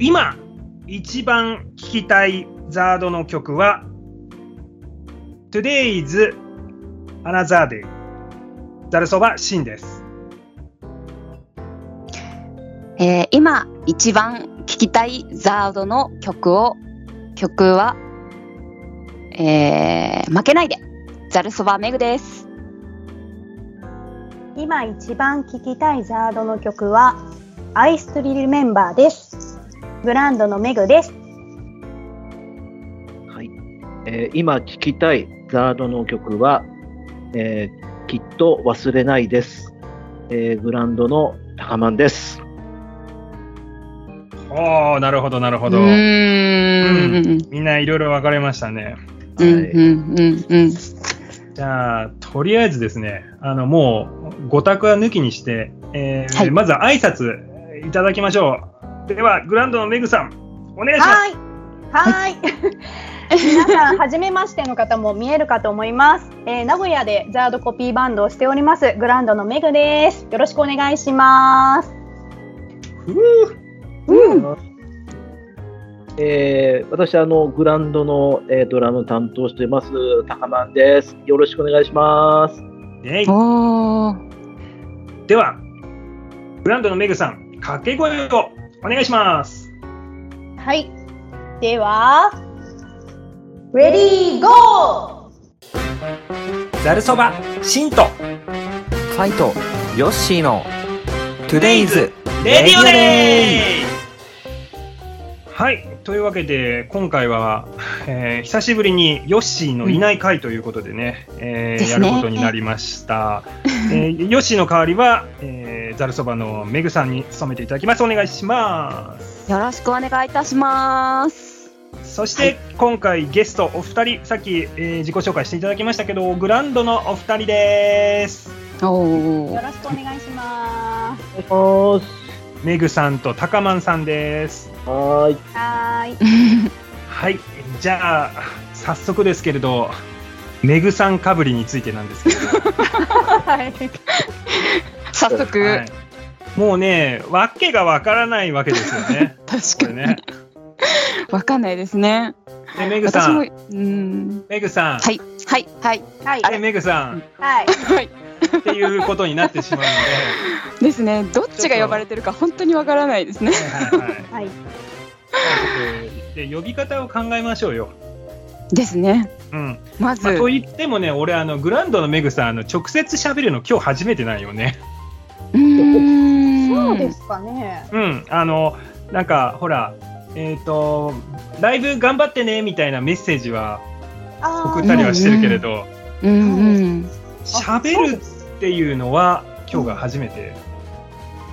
今、一番聴きたいザードの曲は、Today's Another Day。ザルそばシンです。えー今一番聴きたいザードの曲を曲は、えー負けないでザルそばめぐです今一番聴きたいザードの曲は「I Still Remember」です。ブランドのメグです。はいえー今聴きたいザードの曲は、えーきっと忘れないです。えーグランドの高マンです。おー、なるほど、なるうほーど。んみんないろいろ分かれましたね。うんうんうんうんじゃあ、とりあえずですね、あの、もう、ご択は抜きにして、えーはいまずは挨拶いただきましょう。では、グランドのメグさん、お願いします。はい。はい。 皆さん、初めましての方も見えるかと思います。えー名古屋でザードコピーバンドをしております、グランドのメグです。よろしくお願いします。ふうえー私あの、グランドの、えードラム担当してます、高マンです。よろしくお願いします。えいおーでは、グランドのメグさん、掛け声をお願いします。はい。では、レディーゴーざるそば、シント、ファイトヨッシーの Today's レディオデーはい、というわけで、今回は、えー久しぶりにヨッシーのいない回ということでね、えーですやねることになりました。えーヨッシーの代わりは、えー、ざるそばのメグさんに務めていただきます。お願いします。よろしくお願いいたしますそして、今回ゲストお二人、さっき、えー自己紹介していただきましたけど、グランドのお二人です。およーろしくお願いします。お願いしメグさんとタカマンさんです。ます。はーい。はーい。はい、じゃあ早速ですけれど、メグさんかぶりについてなんですけれは早ど、速、はい、もうね、わけがわからないわけですよね。これ確かにね。わかんないですねでメグさ私もん、うんメグさん、はいはいはいい。でメグさんはい。はいっていうことになってしまうのでですねどっちが呼ばれてるか本当にわからないですね、はいはいはいはい。で呼び方を考えましょうよ。ですねうんまず、まあ、と言ってもね、俺、あのグランドのメグさん、あの直接喋るの、今日初めてなんよね。うーんそうですかね。うん、あの、なんか、ほら、えっ、と、ライブ頑張ってねみたいなメッセージはあー送ったりはしてるけれど、うんうん喋るっていうのは、今日が初めて。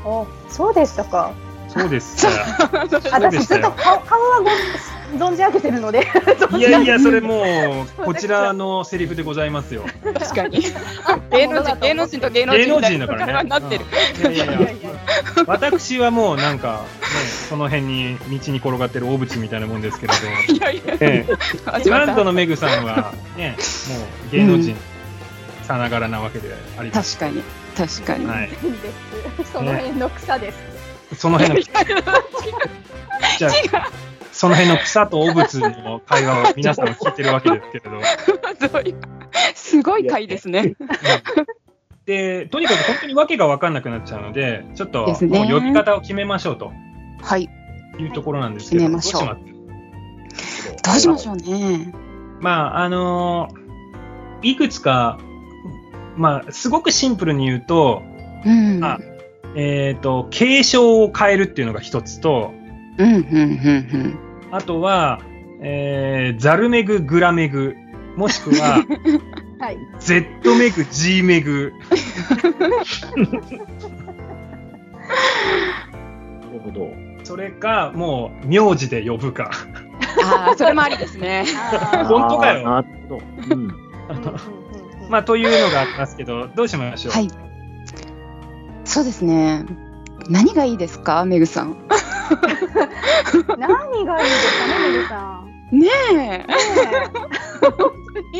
おそうでしたか。そうですか。そうで私しずたっよと顔顔はご存じ上げてるのでいやいや、それもう、こちらのセリフでございます よ。確かに芸能人芸能人と芸能人芸能人だからね。なってる、うんいやいやいやいやいや私はもうなんか、ね、その辺に道に転がってる大淵みたいなもんですけれど、いやいやええ始グまっランドたのメグさんは、ね、もう芸能人さながらなわけであります。確かに確かに、はいです その辺の草です、その辺の。じゃあ、その辺の草と汚物の会話を皆さん聞いてるわけですけれど。そういうすごい回ですねで、とにかく本当に訳が分かんなくなっちゃうので、ちょっとですねもう呼び方を決めましょうとはいいうところなんですけど、はい決めましょうどますどうしましょうねまあ、あのーいくつか、まあ、すごくシンプルに言うと、うんあえっ、と、継承を変えるっていうのが一つと、うんうんうんあとは、えー、ザルメグ、グラメグ、もしく は、はい Z メグ、G メグ。なるほど。それか、もう、名字で呼ぶか。うんああそれもありですねあ本当かよあーなるほど。うん。ーうんうんうんうんまあ、というのがありますけど、どうしましょう。はいそうですね何がいいですかめぐさん何がいいですかねメグさんねえね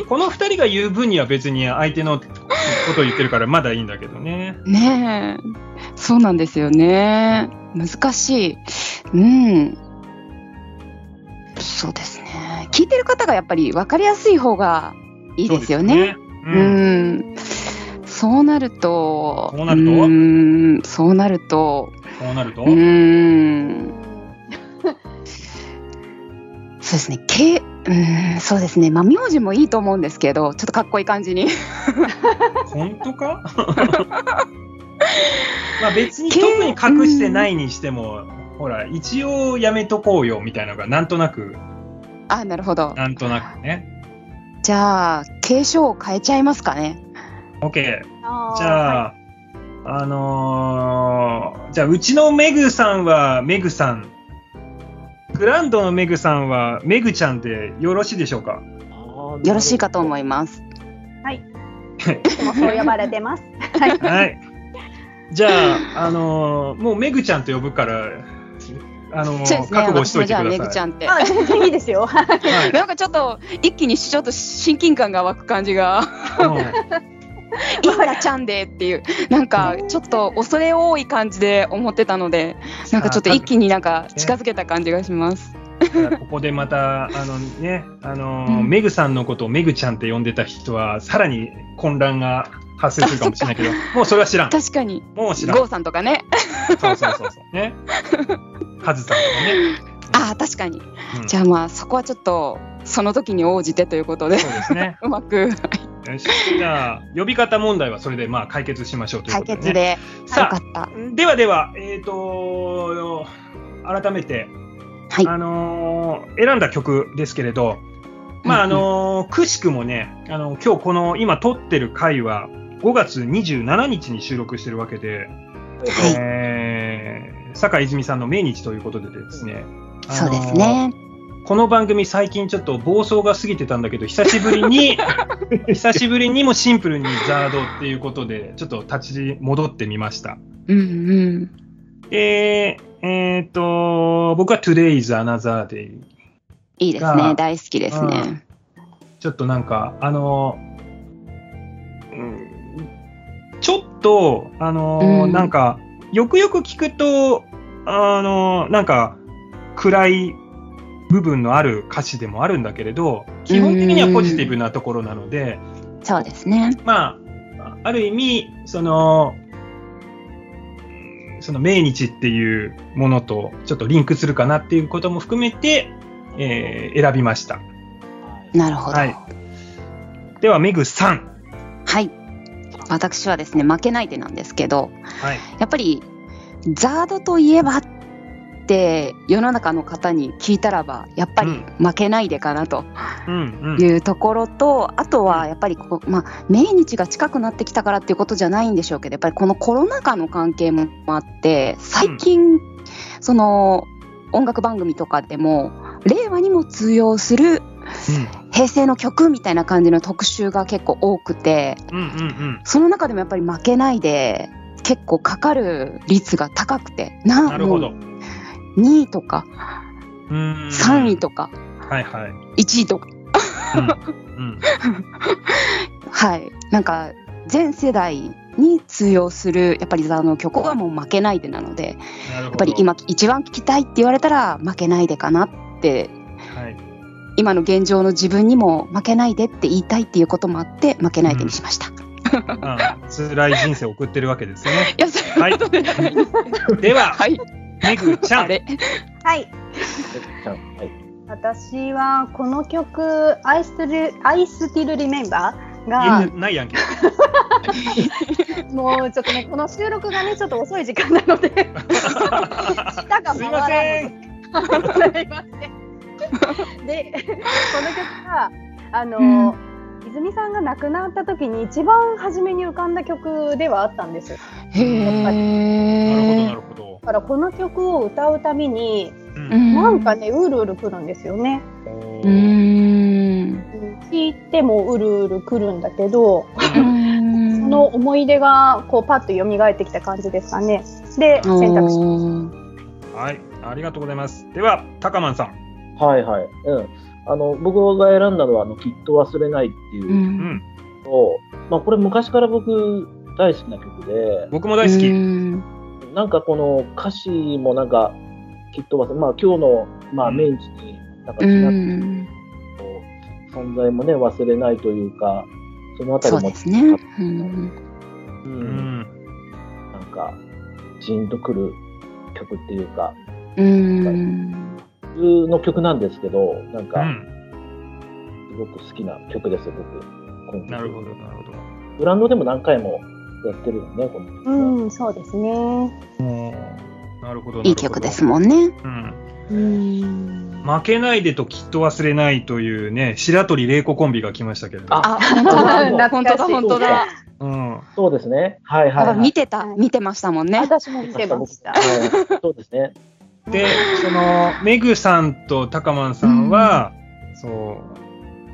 この二人が言う分には別に相手のことを言ってるから、まだいいんだけどね。ねえ、そうなんですよね。難しい。うん。そうですね。聞いてる方がやっぱり分かりやすい方がいいですよね。そううですね。ん。そうなると、そうなるとんそうなると、うん。こうなると、うーん。そうですね。け、うーん、そうですね。まあ、名字もいいと思うんですけど、ちょっとかっこいい感じに。本当 かまあ別に特に隠してないにしても、ほら、一応やめとこうよみたいなのが、なんとなく、あ、なるほど。なんとなくね。じゃあ、継承を変えちゃいますかね。 OK。あ ーじゃあ、はいあのーじゃあ、うちのメグさんはメグさん。グランドのメグさんはメグちゃんでよろしいでしょうかよろしいかと思いいます。いつもそう呼ばれ てます。はい。じゃあ、あのーもうメグちゃんと呼ぶから、あのーそうですね。覚悟し私ともいじてゃあ、くめだぐちさい。ゃんって。あ、全然いいですよ。はいなんかちょっと一気にちょっと親近感が湧く感じがうん「い いんだちゃんで」っていうなんかちょっと恐れ多い感じで思ってたので なんかちょっと一気になんか近づけた感じがします。じゃあここでまた、あのね、あのーうんメグさんのことをメグちゃんって呼んでた人は、さらに混乱が発生するかもしれない けど、もうそれは知らん。確かにもう知らん。郷さんとかねそうそうそうそう。ね。カズさんとかね。あー確かにうんじゃあまあそこはちょっとその時に応じてということでそうですね。うまくよしじゃあ、呼び方問題はそれでまあ解決しましょうというこ解とで、ね。決でよさかあ、った。ではでは、えっ、と、改めて、はいあのー選んだ曲ですけれど、まああのーくしくもね、あの今日この今撮ってる回は、5月27日に収録してるわけで、はいえー坂井泉さんの命日ということでですね、あのーそうですね。この番組最近ちょっと暴走が過ぎてたんだけど久しぶり に久しぶりにもシンプルにザードっていうことでちょっと立ち戻ってみました。うんうん。でえーっと僕は Today's Another Day いいですがね。大好きですね。ちょっとなんかあの、うん、ちょっとあの、うんなんかよくよく聞くとあのなんか暗い部分のある歌詞でもあるんだけれど基本的にはポジティブなところなので。そうですね。まあ、ある意味、その、その命日っていうものとちょっとリンクするかなっていうことも含めて、えー選びました。なるほど。ははいい。。では、メグさん。私はですね負けないでなんですけど、はい。やっぱりザードといえばって世の中の方に聞いたらばやっぱうりん負けないでかなとうんいうところと、あとはやっぱりここ、まあ、命日が近くなってきたからっていうことじゃないんでしょうけどやっぱりこのコロナ禍の関係もあって最近、その音楽番組とかでも令和にも通用する平成の曲みたいな感じの特集が結構多くてうん。うんうんうん。その中でもやっぱり負けないで結構かかる率が高くてななるほど。もうう2位とかーん3位とかはいはい。 1位とか、 うん。はいなんか全世代に通用するやっぱりザーの曲はもう負けないでなのなでるほど。ややっぱり、今一番聞きたいって言われたら負けないでかなってはい。今の現状の自分にも負けないでって言いたいっていうこともあって負けないでにしました。あ辛い人生を送ってるわけですね。いやそういうことではないですでは、はい、メグちゃあん。れはい。ます。はい私はこの曲「I Still, I Still Remember」言えがてないやんけ。もうちょっとねこの収録がねちょっと遅い時間なので 舌がすいませ回ん。らないすいませんでこの曲があの、うん泉さんが亡くなった時に一番初めに浮かんだ曲ではあったんですだなるほど、なへえるほど。からこの曲を歌うたびにうんなんかねうるうるくるんですよねおうーーん。聴いてもうるうるくるんだけどうんその思い出がこうパッと蘇ってきた感じですかね。で選択肢おーはい、ありがとうございます。では、タカマンさん。はいはい。うん。あの、僕が選んだのは、あの、きっと忘れないっていううんうんん、のを、まあ、これ昔から僕大好きな曲で、僕も大好き。うん、うんなんかこの歌詞もなんか、きっと忘れ、まあ今日の、まあうん命日になんかうちなみにん。こう存在もね、忘れないというか、そのあたりそもうですね。うん。うう、んん。なんか、ジーンとくる曲っていうか、うん。普通の曲なんですけど、なんうか、ん。すごく好きな曲です、僕。今なるほど、なるほど。ブランドでも何回もやってるよね、この曲うねん、そうですね。なるほど。いい曲ですん。もんね。うん。うん。負けないでときっと忘れないというね、白鳥玲子コンビが来ましたけれど。あ、懐かしい本当だ、本当だ。うん。そうですね。はいはい、やはっぱい。見てた、見てましたもんね。私も見てました。はいそうですね。で、その、メグさんとタカマンさんは、そ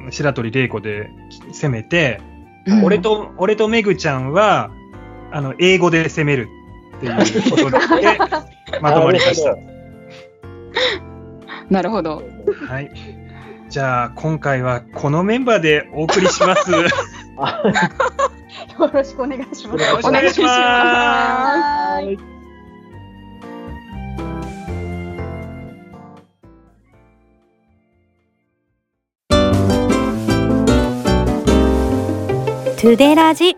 う、白鳥玲子で攻めて、うん俺。と、俺とメグちゃんは、あの、英語で攻めるっていうこと で、まとまりました。なるほど。はい。じゃあ、今回はこのメンバーでお送りします。よあ よろしくお願いしろます。しくお願いします。はーい。トゥデラジ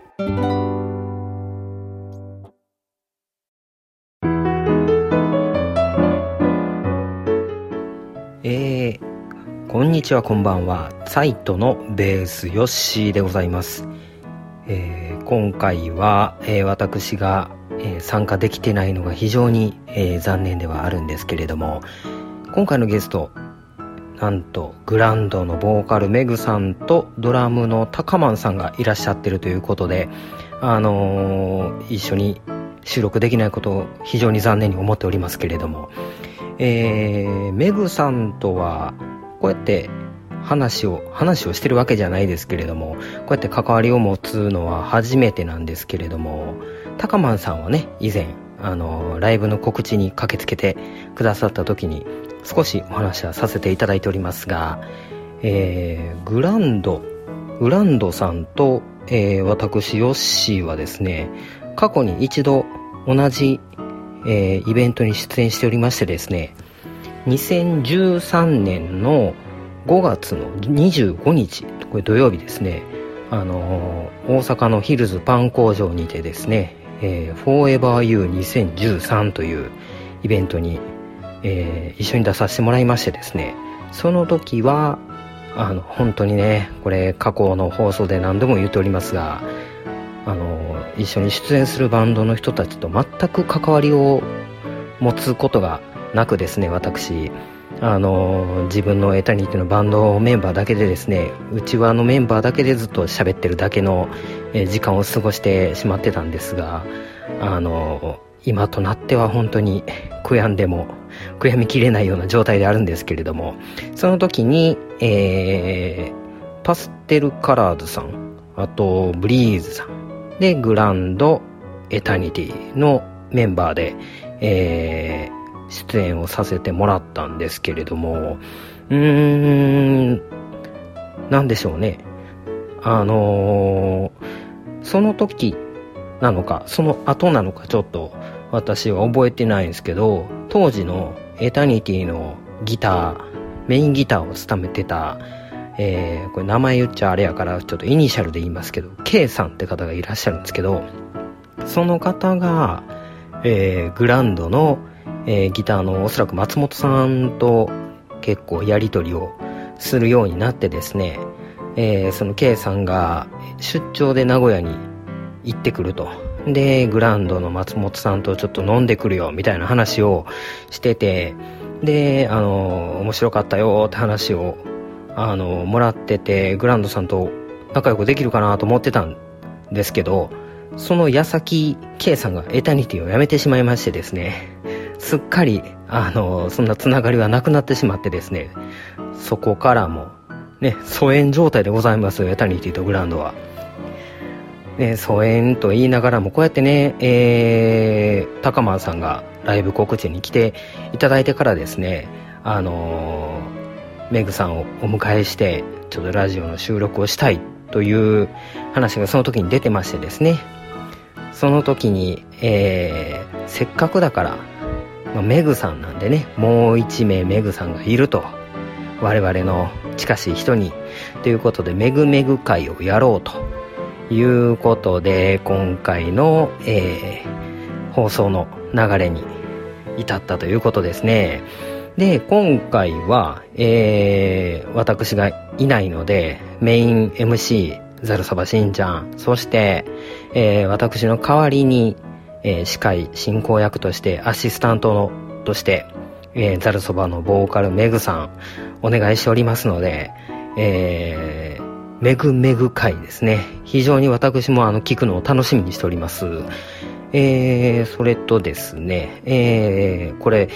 えー、こんにちはこんばんはサイトのベースヨッシーでございます、えー今回は、えー私が、えー参加できてないのが非常に、えー残念ではあるんですけれども今回のゲストなんとグランドのボーカルメグさんとドラムのタカマンさんがいらっしゃってるということであのー一緒に収録できないことを非常に残念に思っておりますけれどもえーメグさんとはこうやって話を話をしてるわけじゃないですけれどもこうやって関わりを持つのは初めてなんですけれどもタカマンさんはね以前あのライブの告知に駆けつけてくださった時に少しお話はさせていただいておりますが、えーグランドグランドさんと、えー私ヨッシーはですね過去に一度同じえーイベントに出演しておりましてですね、2013年の5月の25日、これ土曜日ですね、あのー大阪のヒルズパン工場にてですね、えー、Forever You 2013というイベントに、えー一緒に出させてもらいましてですね、その時は、あの、本当にね、これ過去の放送で何度も言っておりますが、あの一緒に出演するバンドの人たちと全く関わりを持つことがなくですね私あの自分のエタニティのバンドメンバーだけでですねうちわのメンバーだけでずっと喋ってるだけのえー時間を過ごしてしまってたんですがあの今となっては本当に悔やんでも悔やみきれないような状態であるんですけれどもその時に、えーパステルカラーズさんあとブリーズさんで、グランドエタニティのメンバーで、えー出演をさせてもらったんですけれども、うーん、なんでしょうね。あのーその時なのか、その後なのか、ちょっと私は覚えてないんですけど、当時のエタニティのギター、メインギターを務めてた、えーこれ名前言っちゃあれやから、ちょっとイニシャルで言いますけど、K さんって方がいらっしゃるんですけど、その方が、えーグランドの、えーギターのおそらく松本さんと結構やりとりをするようになってですね、えーその K さんが出張で名古屋に行ってくると。で、グランドの松本さんとちょっと飲んでくるよ、みたいな話をしてて、で、あの、面白かったよって話をあの、もらってて、グランドさんと仲良くできるかなと思ってたんですけど、その矢先、K さんがエタニティを辞めてしまいましてですね、 すっかり、あの、そんなつながりはなくなってしまってですね、そこからも、ね、疎遠状態でございますよ、エタニティとグランドは。ね、疎遠と言いながらも、こうやってね、えー、高間さんがライブ告知に来ていただいてからですね、あのーメグさんをお迎えしてちょっとラジオの収録をしたいという話がその時に出てましてですねその時に、えーせっかくだから、まあメグさんなんでねもう一名メグさんがいると我々の近しい人にということで、めぐめぐ会をやろうということで、今回の、えー放送の流れに至ったということですね。で、今回は、えー私がいないので、メイン MC、ザルサバしんちゃん、そして、えー私の代わりに、えー司会進行役として、アシスタントのとして、えーザルそばのボーカルメグさん、お願いしておりますので、えーめぐめぐ会ですね。非常に私もあの、聞くのを楽しみにしております。えーそれとですね、えーこれ、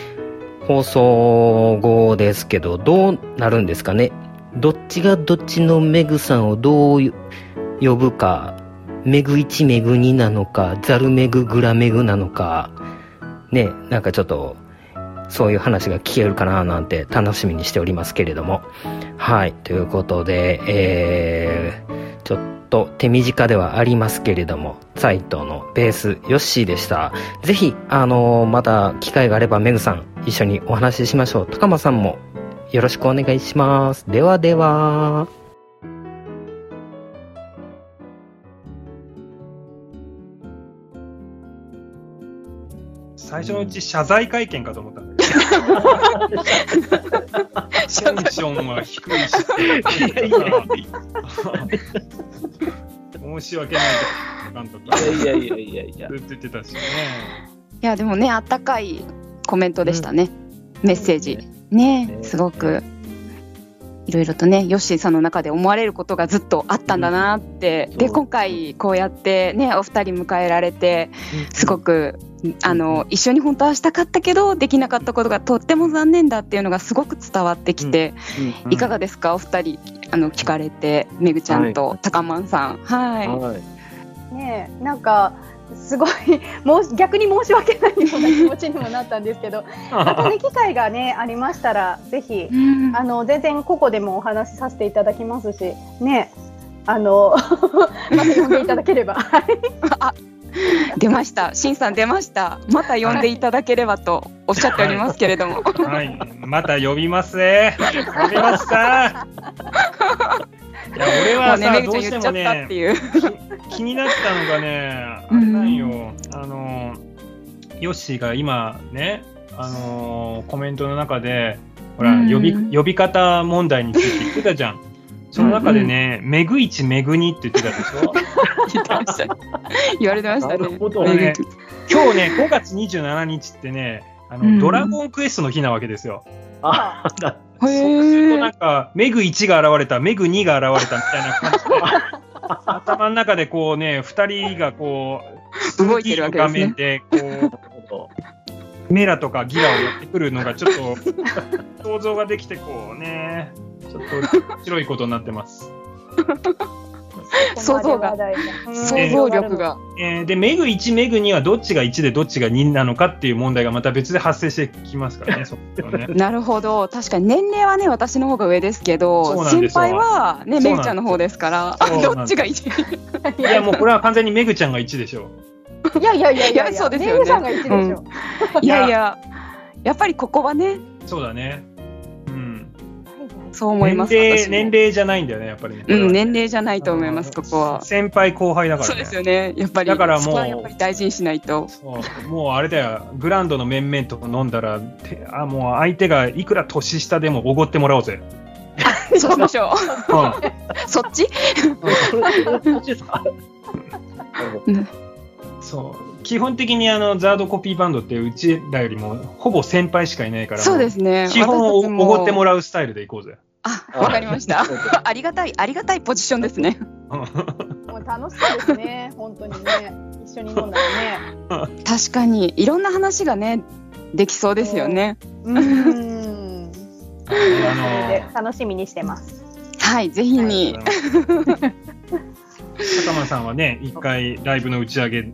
放送後ですけど、どうなるんですかねどっちがどっちのメグさんをどうよ呼ぶか、メグ1、メグ2なのか、ザルメグ、グラメグなのか、ね、なんかちょっと、そういう話が聞けるかななんて楽しみにしておりますけれども。はい、ということで、えー、ちょっと手短ではありますけれども、サイトのベース、ヨッシーでした。ぜひ、あのーまた機会があればメグさん、一緒にお話ししましょう。高間さんもよろしくお願いします。ではでは。最初のうち謝罪会見かと思ったんだけど、テンションは低いし、申し訳ないけど、なんとか、ずっいやいやいやいやと言ってたしね。いやでもねあったかいコメントでしたね、メッセージねねすごくいろいろとねヨッシーさんの中で思われることがずっとあったんだなって、うんでそう今回こうやってねお二人迎えられてすごく、あの一緒に本当はしたかったけどできなかったことがとっても残念だっていうのがすごく伝わってきて、いかがですかお二人あの聞かれてめぐちゃんと高まんさんはい、はいねえなんかすごいもう逆に申し訳ないような気持ちにもなったんです けどまたね機会がねありましたらぜひうんあの全然個々でもお話しさせていただきますしねあの また呼んでいただけれ ばはい出ました、しんさん出ました、また呼んでいただければとおっしゃっておりますけれども、はい、 また呼びます ね。呼びますか。いや、俺もはうね、さ、めどぐうちしゃてん言っちゃもったってね、いう。気になったのがね、あれなんよ。あの、ヨッシーが今ね、あの、コメントの中で、ほら、うん呼び、呼び方問題について言ってたじゃん。その中でね、めぐいちめぐにって言ってたでしょ。言ってました 言われてましたなねる。ほどあのねね今日ね、5月27日ってね、あうんの、ドラゴンクエストの日なわけですよ。あへなそうするとなーんか、メグ1が現れた、メグ2が現れたみたいな感じで、 頭の中でこうね、2人がこう、動いてるわけですね画面で、こるほう、メラとかギラをやってくるのが、ちょっと、想像ができて、こうね、ちょっと面白いことになってます。想像がここまで話題がうん想像力が。えーで、メグ1、メグ2はどっちが1でどっちが2なのかっていう問題がまた別で発生してきますからね、 そこはね。なるほど、確かに年齢はね、私の方が上ですけそうど、なんで先すよ輩はそうなね、んですめぐちゃんの方ですから、そうなんですどっちがいいいや、もうこれは完全にメグちゃんが1でしょいやいやいやいやいやそうですよねメグさんが言ってるでしょ、いやいや、やっぱりここはね、う。そうだね。うん。そう思います。年私齢も年齢じゃないんだよね、やっぱりね。うん、年齢じゃないと思います、あこのこは。先輩後輩だから、ね。そうですよね、やっぱり。だからもうそこはやっぱり大事にしな いと。そうもうあれだよ、グランドの面々と飲んだら、てあもう相手がいくら年下でもおごってもらおう ぜ。そうしましょうん う。そっちどそれそれそっちですかそう基本的にあのザードコピーバンドってうちらよりもほぼ先輩しかいないから、そうですね。基本を私たちおごってもらうスタイルでいこうぜ。あ、わかりました。 ありがたい、ありがたいポジションですね。もう楽しそうですね本当にね一緒に飲んだらね確かに、いろんな話がね、できそうですよね。うーん。あの楽しみにしてます。はい、ぜひに。高間さんはね、一回ライブの打ち上げに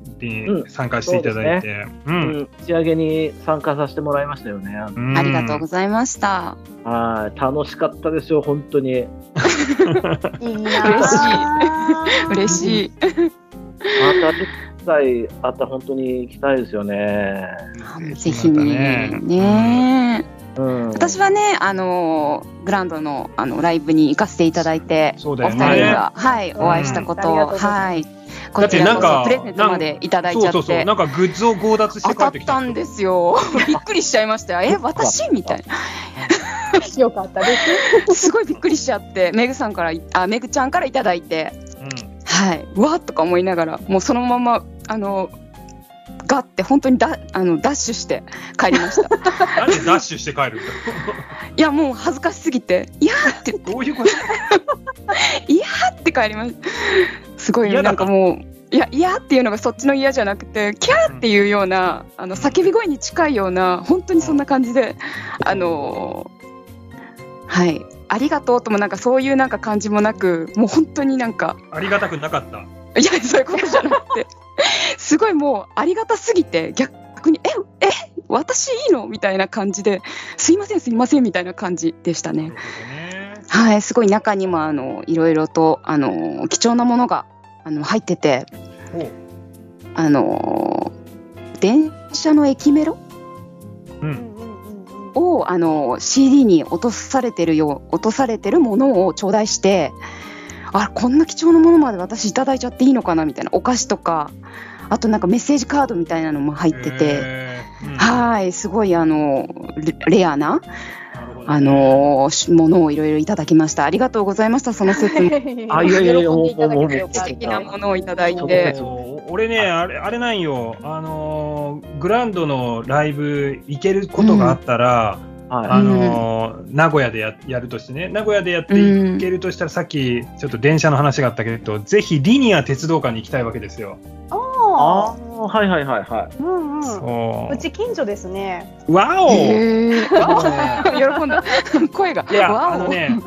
参加していただいて、ううんん打ち上げに参加させてもらいましたよね。うんありがとうございました。はい、楽しかったですよ、本当に。いい嬉しなー。嬉しい。また次回あったら本当に行きたいですよね。ぜひに。ねね。うん、私はね、あのーグランドのあのライブに行かせていただいて、そうだおよ二ね人には、はい、うんお会いしたことありがとうを、ござはい、いますだこってちらなんこかそプレゼントまでいただいちそゃうっそうそう。て。なんかグッズを強奪して帰当たっってきたたんですよ。 びっくりしちゃいましたよ。え、私みたいな。よかったです。すごいびっくりしちゃって、メグさんから、あ、メグちゃんからいただいて、うんはい、うわっとか思いながら、もうそのまま、あの、ガって本当にだあのダッシュして帰りま した。なんでダッシュして帰るんだいや、もう恥ずかしすぎて、いやーって、どういうことはって帰りました。すごい、嫌だなんかもう、いや、いやっていうのがそっちの嫌じゃなくて、キャーっていうような、あの、叫び声に近いような、本当にそんな感じで、あのーはい、ありがとうともなんかそういうなんか感じもなく、もう本当になんか、ありがたくなかった。いや、そういうことじゃなくて、 すごいもうありがたすぎて、逆に、え、え、私いいのみたいな感じで、すいません、すいませんみたいな感じでしたなねる。ほどね。はい、すごい中にもあのいろいろとあの貴重なものがあの入ってて、おうあの電車の駅メロうん。をあの CD に落とされてるよう落とされてるものを頂戴して、あこんな貴重なものまで私いただいちゃっていいのかなみたいなお菓子とか、あとなんかメッセージカードみたいなのも入ってて、へーうんはい、すごいあのレレアななるほどねあのしものをいろいろいただきました。ありがとうございました。その説もあいやいやいや喜んでただけてよか素っ敵たなものをいただいそてう。でそう俺ね、あれ、あれなんよ、あのーグランドのライブ行けることがあったら、はあのー名古屋でややるとしてね、名古屋でやっていけるとしたら、さっきちょっと電車の話があったけど、ぜひリニア鉄道館に行きたいわけですよ。い。あああ、はいはいはいはあ、うんうん。そううち近所ですね。わお、へーあの ね喜んだ 声が。いや、 わあおのね、俺っ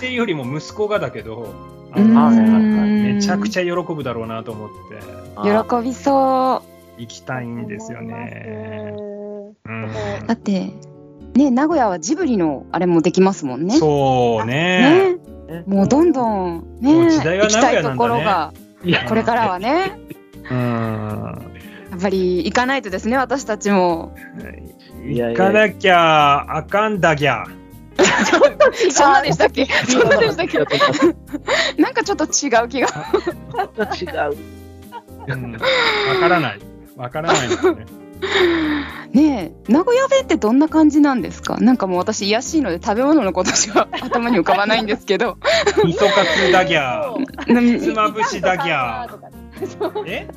ていうよりも息子がだけど、あうのはいはいはいんめちゃくちゃ喜ぶだろうなと思って、い。喜びそ行きたいんですよね。うんう。だってね名古屋はジブリのあれもできますもんね。そうね。ね。もうどんどんもうね時代は名行き古た屋いなとんだねころがいやこれからはねうんやっぱり行かないとですね私たちも。いやいや行かなきゃあかんだぎゃ。 そんなでしたっけ？ そんなでしたっけ？ちなんかちょっと違う気が。ょっと違う。うんわからない。わからないんだよね。ねえ名古屋弁ってどんな感じなんですか？なんかもう私癒やしいので食べ物のことしか 頭に浮かばないんですけど。 味噌カツだぎ ゃ。ひつまぶしだぎゃえ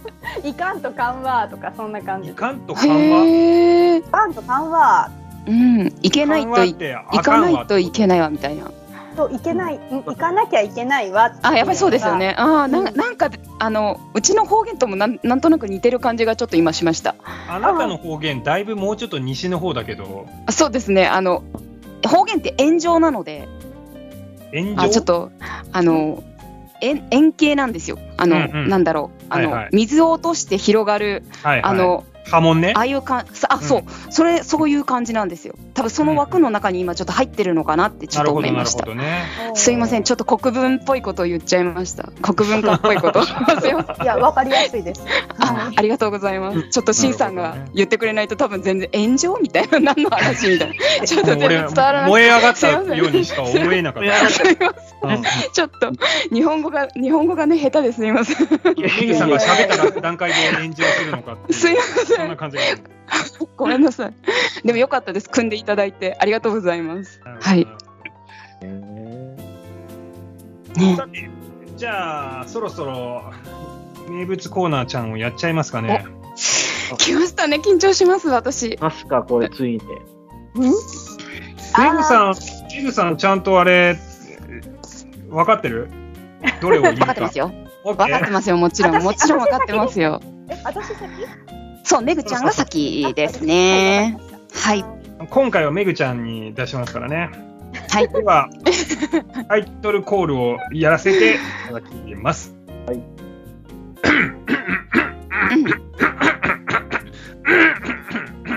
いかんとかんわーとかそんな感いじ。かんとかんは。へえ。いかんとかんわうん行けないとい行行かないといない。けないわみたいな。ーといけない、ん行かなきゃいけないわっていのが。あやっぱりそうですよね。あーなんかうんなんかあのうちの方言ともなんなんとなく似てる感じがちょっと今しました。あなたの方言だいぶもうちょっと西の方だけどあそうですね。あの方言って円状なので、炎あ上ちょっとあの円円形なんですよ。あの、うんうんなんだろうあの、はいはい水を落として広がるはいはいあの、波紋ねあ。あいうかんさあ、んそうそれそういう感じなんですよ。多分その枠の中に今ちょっと入ってるのかなってちょなっるとほど思いなまるしほた。どね。おーすいません、ちょっと国分っぽいことを言っちゃいました。国文化っぽい こと。すいません。いや、わかりやすいです。あありがとうございます。ちょっとしんさんなるほがどね言ってくれないと多分全然炎上みたいな何の話みたいな。ちょっと全 然俺伝わらない。燃え上がったようにしか思えなかった。すいまうんせ んちょっと日本語が日本語がね下手ですすいません。 すいメグさんが喋った段階で炎上するのかってまいう。せ。そんなん感じがする。ごめんなさい。でも良かったです。組んでいただいてありがとうございます。はいねさて、じゃあ、そろそろ名物コーナーちゃんをやっちゃいますかね。来ましたね。緊張します私。ますか、これついに。メグさん、メグさん、ちゃんとあれ、分かってるどれを言う分か。かってますよ。オッケ分かってー。ますよ。もちろん私もちろん分かってますよ。え、私先。そうめぐちゃんが先ですね。はい今回はメグちゃんに出しますからね。はい。では、タイトルコールをやらせていただきます。う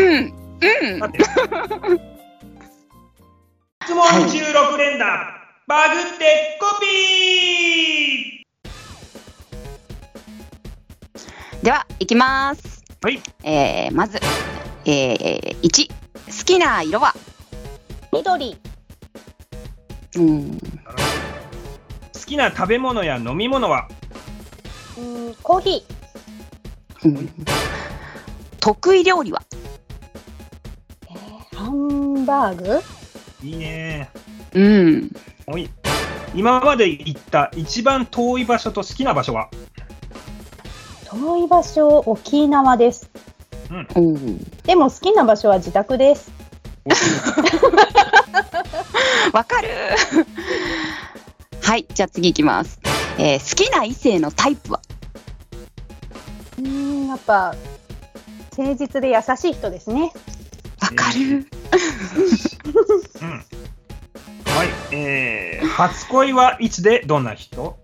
んうん。さて質問16連打、バグってコピーでは、いきます。はい。えーまず、えー、1、好きな色は緑、うん好きな食べ物や飲み物はうん、コーヒー、うん得意料理はえーハンバーグ、いいねうんおい今まで行った一番遠い場所と好きな場所は遠い場所、沖縄です。うんでも好きな場所は自宅です。わかるはいじゃあ次いきます、えー好きな異性のタイプはうん、やっぱ誠実で優しい人ですね。わかる、うんはいえー、初恋はいつでどんな人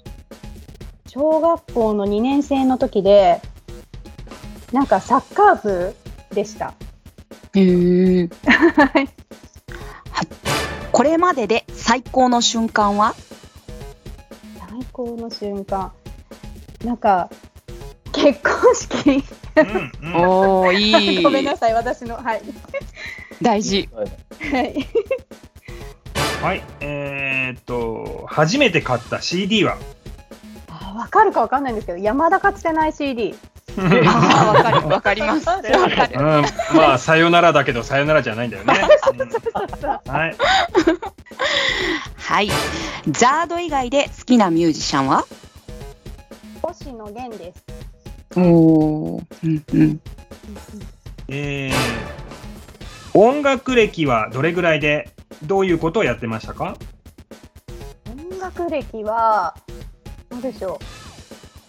小学校の2年生の時で、なんかサッカー部でした。へえはいこれまでで最高の瞬間は最高の瞬間。なんか結婚式。うんうんおおい ごめんなさい、私のはい大 事はい。はいえー、っと初めて買った CD はあわかるかわかんないんですけど、山田かつてない CD。ああわかるわかりますわわかかるるうん、まあさよならだけどさよならじゃないんだよね。うんはい、はいザード以外で好きなミュージシャンは 星野源です。おおうんうんえー音楽歴はどれぐらいでどういうことをやってましたか？音楽歴はどうでしょ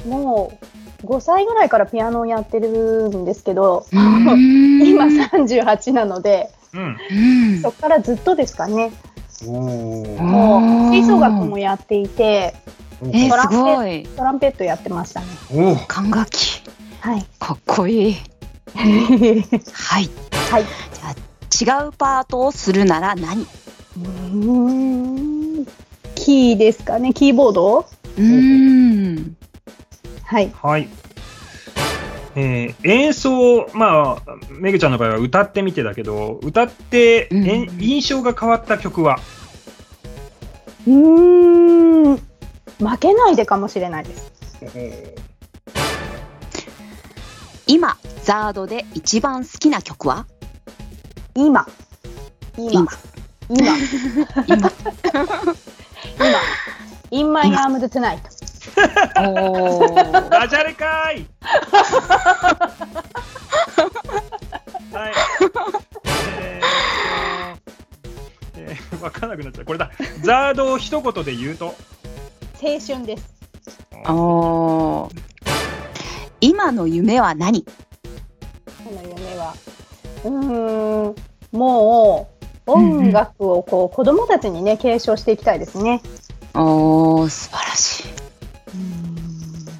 う。もう5歳ぐらいからピアノをやってるんですけど、今今38なので、うん。うんそこからずっとですかね。おーもう吹奏楽もやっていて、えトー、ラすンペットごいトランペットやってましたね。おー管楽器はい。 かっこいいうはいはいじゃあ違うパートをするなら何うーんキーですかね、キーボードーんはい。はい。えー演奏まあめぐちゃんの場合は歌ってみてだけど歌って、うんえん印象が変わった曲はうーん、負けないでかもしれないです。今ザードで一番好きな曲は今。今。今。今今。In my arms tonight。おーダジャレかーい。 はい。えーえー、わからなくなっちゃう。これだ。ザードを一言で言うと。青春です。 おー今の夢は何この夢は。うーん、もう音楽をこう子供たちにね継承していきたいですね。おー素晴らしい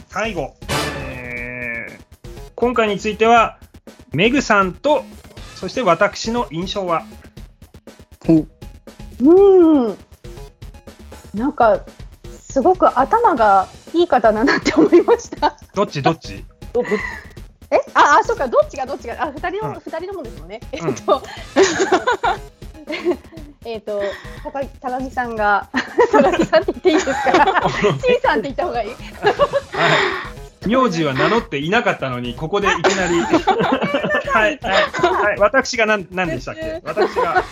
最後。えー、今回についてはメグさんとそして私の印象は。うーん。なんかすごく頭がいい方だなって思いました。どっちどっち。え、あ、あ、そうか、どっちがどっちが、あ、二人うんの、二、人ともですもんね。えうんっと。 えっと、高木、高木さんが、 高木さんって言っていいです か。ちいさんって言った方がいい。はい。名字は名乗っていなかったのにここでいきな り。はいはいはい。私がなんなんでしたっけ？私が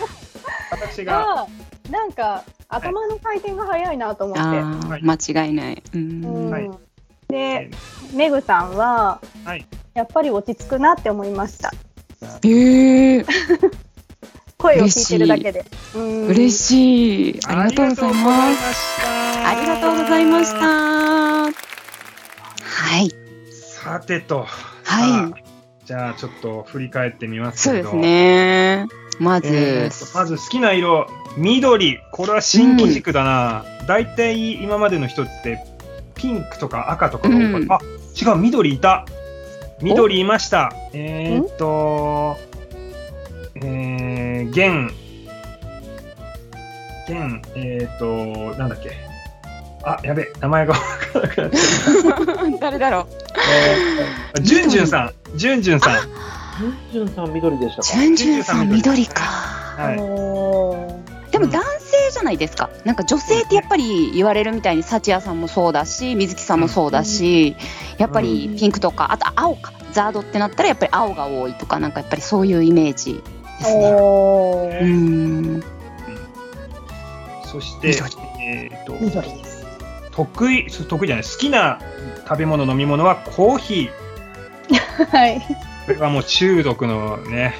私が。が、なんか、頭の回転が早いなと思って。あー間違いないうんうんはいで、めぐさんは、はいやっぱり落ち着くなって思いました。えー、声を聞いてるだけで。嬉い。しい。ありがとうございます。すありがとうございました。はい。さてと、はいさあじゃあちょっと振り返ってみますそうけでど。すね。まず、えーとまず好きな色、緑。これは新機軸だな。だいたい今までの人ってピンクとか赤とかが多かった。あ、違う、緑いた。緑いました。えーっと、えー、弦。弦、えーっと、なんだっけ。あ、やべ、名前が分からなくなっちゃった。誰だろう。えー、ジュンジュンさん、ジュンジュンさん、ジュンさん緑でしたジかュンジュンさん緑か。はい。おでも男性じゃないですか。なんか女性ってやっぱり言われるみたいに、幸也さんもそうだし、水木さんもそうだし、やっぱりピンクとか、あと青か、ザードってなったらやっぱり青が多いとか、なんかやっぱりそういうイメージですね。おうーん。そして、えっと、緑です。得意、そう得意じゃない、好きな食べ物、飲み物はコーヒー。はい。これはもう中毒の ね、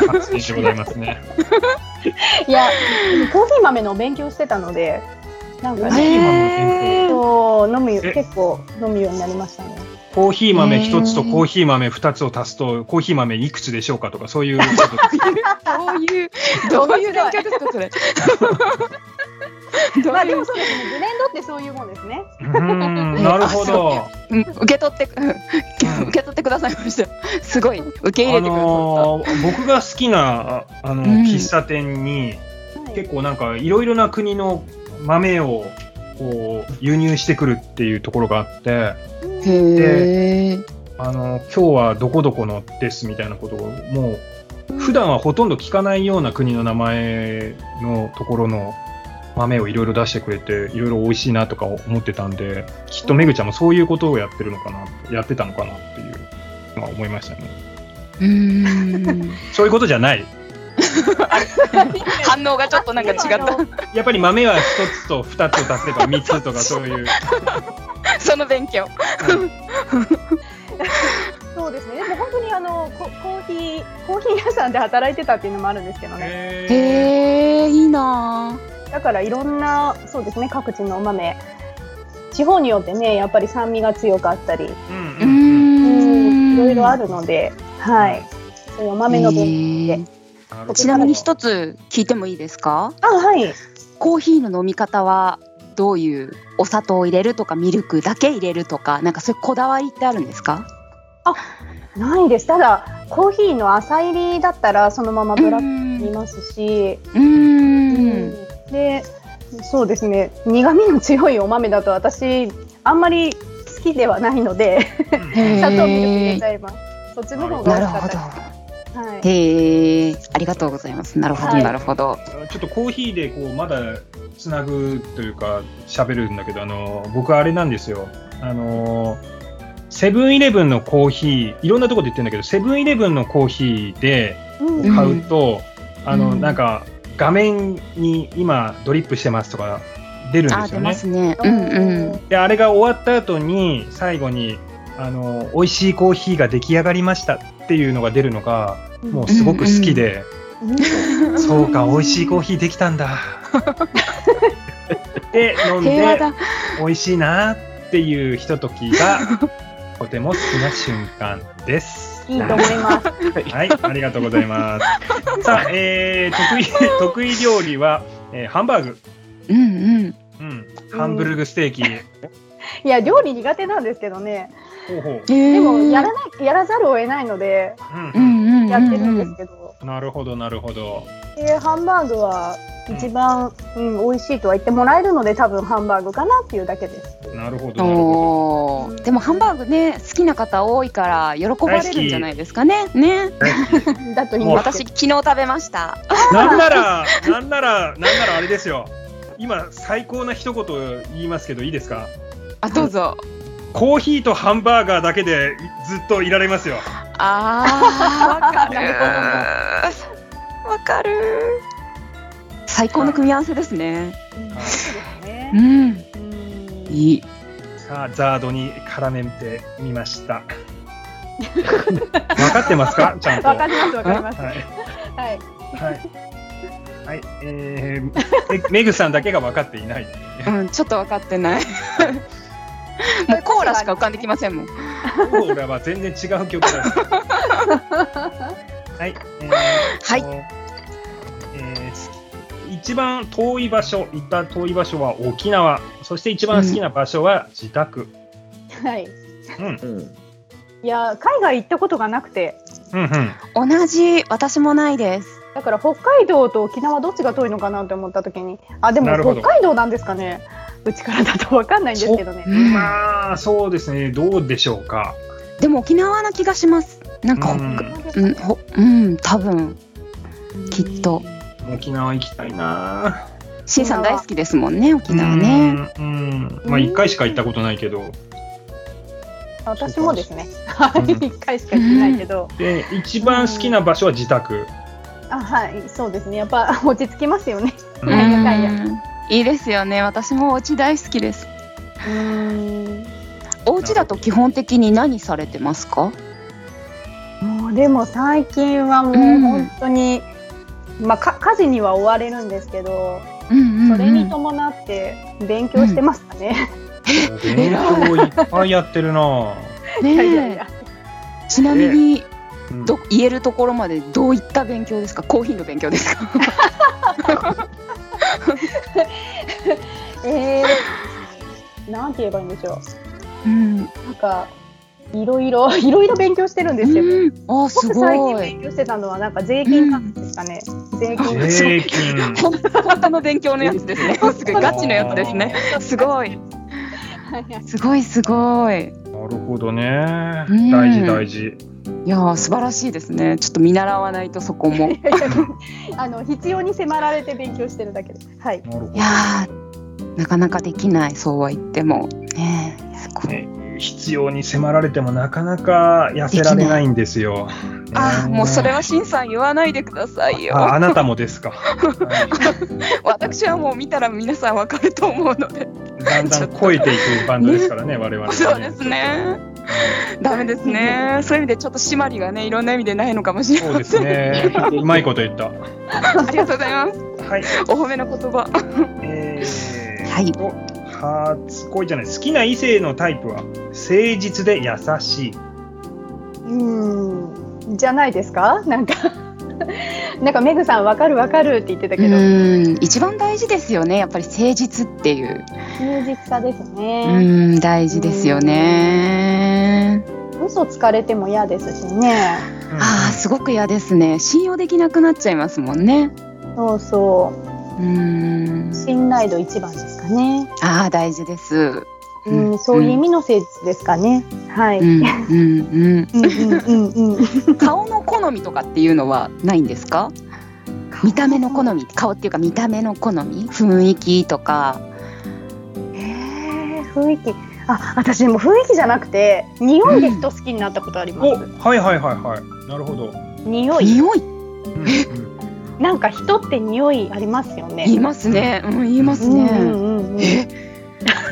あの発言でございますね。いや、コーヒー豆の勉強してたので、なんかね、へーそう飲むよえ結構飲むようになりましたね。コーヒー豆一つとコーヒー豆二つを足すと、コーヒー豆いくつでしょうかとか、そういう ことです。どういう、どういう勉強ですか、 それ。まあでもそうですね。ブレンドってそういうもんですね。うーん、なるほど。うん受け取って、うん受け取ってくださいました。すごい、受け入あれてくださった。のー僕が好きなああの、うん喫茶店にはい結構なんかいろいろな国の豆をこう輸入してくるっていうところがあってへーあの今日はどこどこのですみたいなことをもう普段はほとんど聞かないような国の名前のところの豆をいろいろ出してくれていろいろ美味しいなとか思ってたんできっとめぐちゃんもそういうことをやってるのかなやってたのかなっていうのは思いましたねうーん。そういうことじゃない反応がちょっとなんか違っやっぱり豆は一つと二つを足せば三つとかそういう。た。その勉強。そうですね。でも本当にあのココーヒーコーヒー屋さんで働いてたっていうのもあるんですけどね。へへえ、いいなぁ。だからいろんなそうですね各地のお豆。地方によってねやっぱり酸味が強かったり、うんうーうんん。いろいろあるので、はい。そういうお豆の勉へーうんちなみに一つ聞いてもいいですか強。あはい。コーヒーの飲み方はどういうお砂糖を入れるとかミルクだけ入れるとかなんかそういうこだわりってあるんですかないです。ただコーヒーの浅入りだったらそのままブラックにいますし、うーんでそうですね苦味の強いお豆だと私あんまり好きではないのでへー砂糖ミルク入れちゃいます。そっちの方がなる美味しかほったどです。はい。へえありがとうございますなるほど、はいなるほどちょっとコーヒーでこうまだつなぐというか喋るんだけどあの僕あれなんですよあのセブンイレブンのコーヒーいろんなとこで言ってるんだけどセブンイレブンのコーヒーでうんん買うと、あのうんなんか画面に今ドリップしてますとか出るんですよね。あ出ますねうんうんであれが終わった後に最後にあの美味しいコーヒーが出来上がりましたっていうのが出るのがもうすごく好きで、うんそうか美味しいコーヒーできたんだ で飲ん平和でだ美味しいなっていうひとときがとても好きな瞬間です。いいと思います。はい、ありがとうございます。さあ、えー、得意 得意料理は、えーハンバーグ、うんうんうん、ハンブルグステーキ、いや料理苦手なんですけどね。ほうほう、ででもやらないやらざるを得ないのでうんううんんうんうんやってるんですけど。なるほど、なるほど。でハンバーグは一番、うん、美味しいとは言ってもらえるので多分ハンバーグかなっていうだけです。なるほど、なるほおーでもハンバーグね好きな方多いから喜ばれるんじゃないですかねねだといいんです私けど。昨日食べましたど。なんなら、なんなら、なんならあれですよ。今、最高な一言言いますけど、いいですかあどうぞコーヒーとハンバーガーだけでずっといられますよ。あー わかるなるわかる最高の組み合わせですねうんそうですうねんうんいいさあ、ザードに絡めてみま した。分かってますかちゃんと。わかりますわかります。はい。はい。はい。はい、えー、めめぐさんだけが分かっていない。うんちょっと分かってないもうコーラしか浮かんできませんもんオーラは全然違う曲だ。はい。えー、はいえーす一番遠い場所、行った遠い場所は沖縄。そして一番好きな場所は自宅。はい。うん、うん、うん。いや海外行ったことがなくて、うん、同じ私もないですだから北海道と沖縄どっちが遠いのかなって思った時に、あでもなるほど北海道なんですかね。うちからだとわかんないんですけどね。まあ、そうですね。どうでしょうか。でも沖縄な気がしますなんかほ、うんうんほうん、多分きっとうん、沖縄行きたいな C さん大好きですもんね沖縄ねうん、うんまあ一回しか行ったことないけど私もですね。うはかい、一回しか行ってないけど。で一番好きな場所は自宅、あ、はい、そうですね。やっぱ落ち着きますよね。ううんんなんやかんやいいですよね私もお家大好きですうん。お家だと基本的に何されてますかもうでも最近はもううん本当に、まあか家事には追われるんですけど、うんうんうんそれに伴って勉強してましたね。勉強いっぱいやってるなねえ いやいやちなみにうんど言えるところまでどういった勉強ですかコーヒーの勉強ですかえー、なんて言えばいいんでしょうんう。なんかいろいろ いろいろ勉強してるんですよ。うんあす僕最近ごい勉強してたのはなんか税金関係ですかね。税金。税金本本当の勉強のやつ ですねすごいガチのやつですねすごいはいはいすごいすごいなるほどねうん大事大事いやー素晴らしいですねちょっと見習わないとそこも いいやいや あの必要に迫られて勉強してるだけで、はい。なるほどやーなかなかできないそうは言ってもねえすごい、ね必要に迫られてもなかなか痩せられないんですよ。あーもうそれははしんさん言わないでくださいよああなたもです か。は私はもう見たら皆さんわかると思う のでいだんだん超えていくバンドですから ね、我々は、そうですねダメですねそういう意味でちょっと締まりがねいろんな意味でないのかもしれそうなでいす ね。うまいこと言った。ありがとうございますはい。お褒めの言葉えー、はいお。初恋じゃない。好きな異性のタイプは誠実で優しい。うんじゃないですか？なんか なんかメグさんわかるわかるって言ってたけど、うん一番大事ですよねやっぱり誠実っていう忠実さですうね。ん大事ですよね嘘つかれても嫌ですしね。うんああすごく嫌ですね信用できなくなっちゃいますもんねそうそううーんう信頼度一番ですかね。ああ大事です。うん、そういう意味の誠実ですかね。はい。ううんんうんうんうんうん。 うん。顔の好みとかっていうのはないんですか？見た目の好み、顔っていうか見た目の好み、雰囲気とか。えー雰囲気。あ、私でも雰囲気じゃなくて、匂いで人好きになったことありまおす。はいはいはいはい。なるほど。匂い。匂いうんなんか人って匂いありますよね。言いますね。うん言いますうね。んうんうんえ、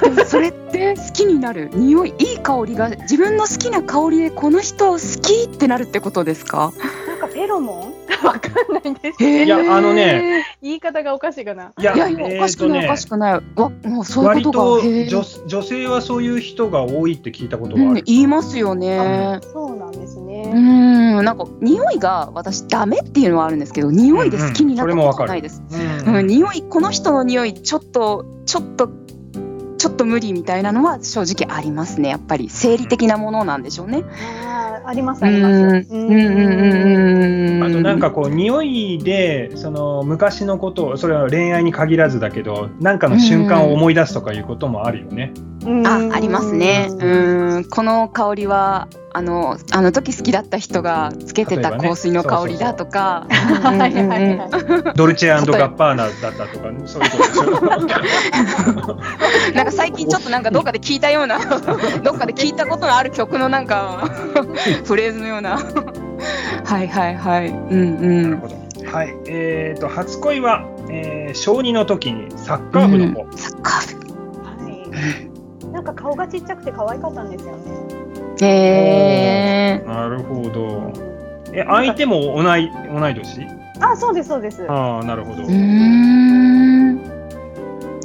でもそれって好きになる匂い、いい香りが自分の好きな香りでこの人好きってなるってことですか？なんかペロモン わかんないです。いやあのね。言い方がおかしいかな。いやいやいやおかしくない、おかしくない。わもうそういう割こととが。へー女女性はそういう人が多いって聞いたことうがあんる。言いますよね。そうなんですうーね。ん、なんか匂いが私ダメっていうのはあるんですけど、匂いで好きになったうんうんそれもこわかとるないです。ううんん、匂いこの人の匂いちょっとちょっとちょっと無理みたいなのは正直ありますね。やっぱり生理的なものなんでしょうね。あーありますうあんります。うんうんうんうん。あとなんかこう匂いでその昔のことをそれは恋愛に限らずだけどなんかの瞬間を思い出すとかいうこともあるよね。うんあありますね。ううんん、この香りはあのあの時好きだった人がつけてた香水の香りだとか。はいはいうんうんうんはい。ドルチェガッパーナだったとかそういうことでしなんか最近ちょっとなんかどっかで聞いたよう などっかで聞いたことのある曲のなんかフレーズのようなはいはいはいうょ。ん うなるんほど。はい。えっ、と初恋は、えー小二の時にサッカー部の子。サッカーはいなんか顔がちっちゃくて可愛かったんですよね。部へえなるほど。え相手も同い同い年？あ、そうですそうです。ああなるほど。うーんな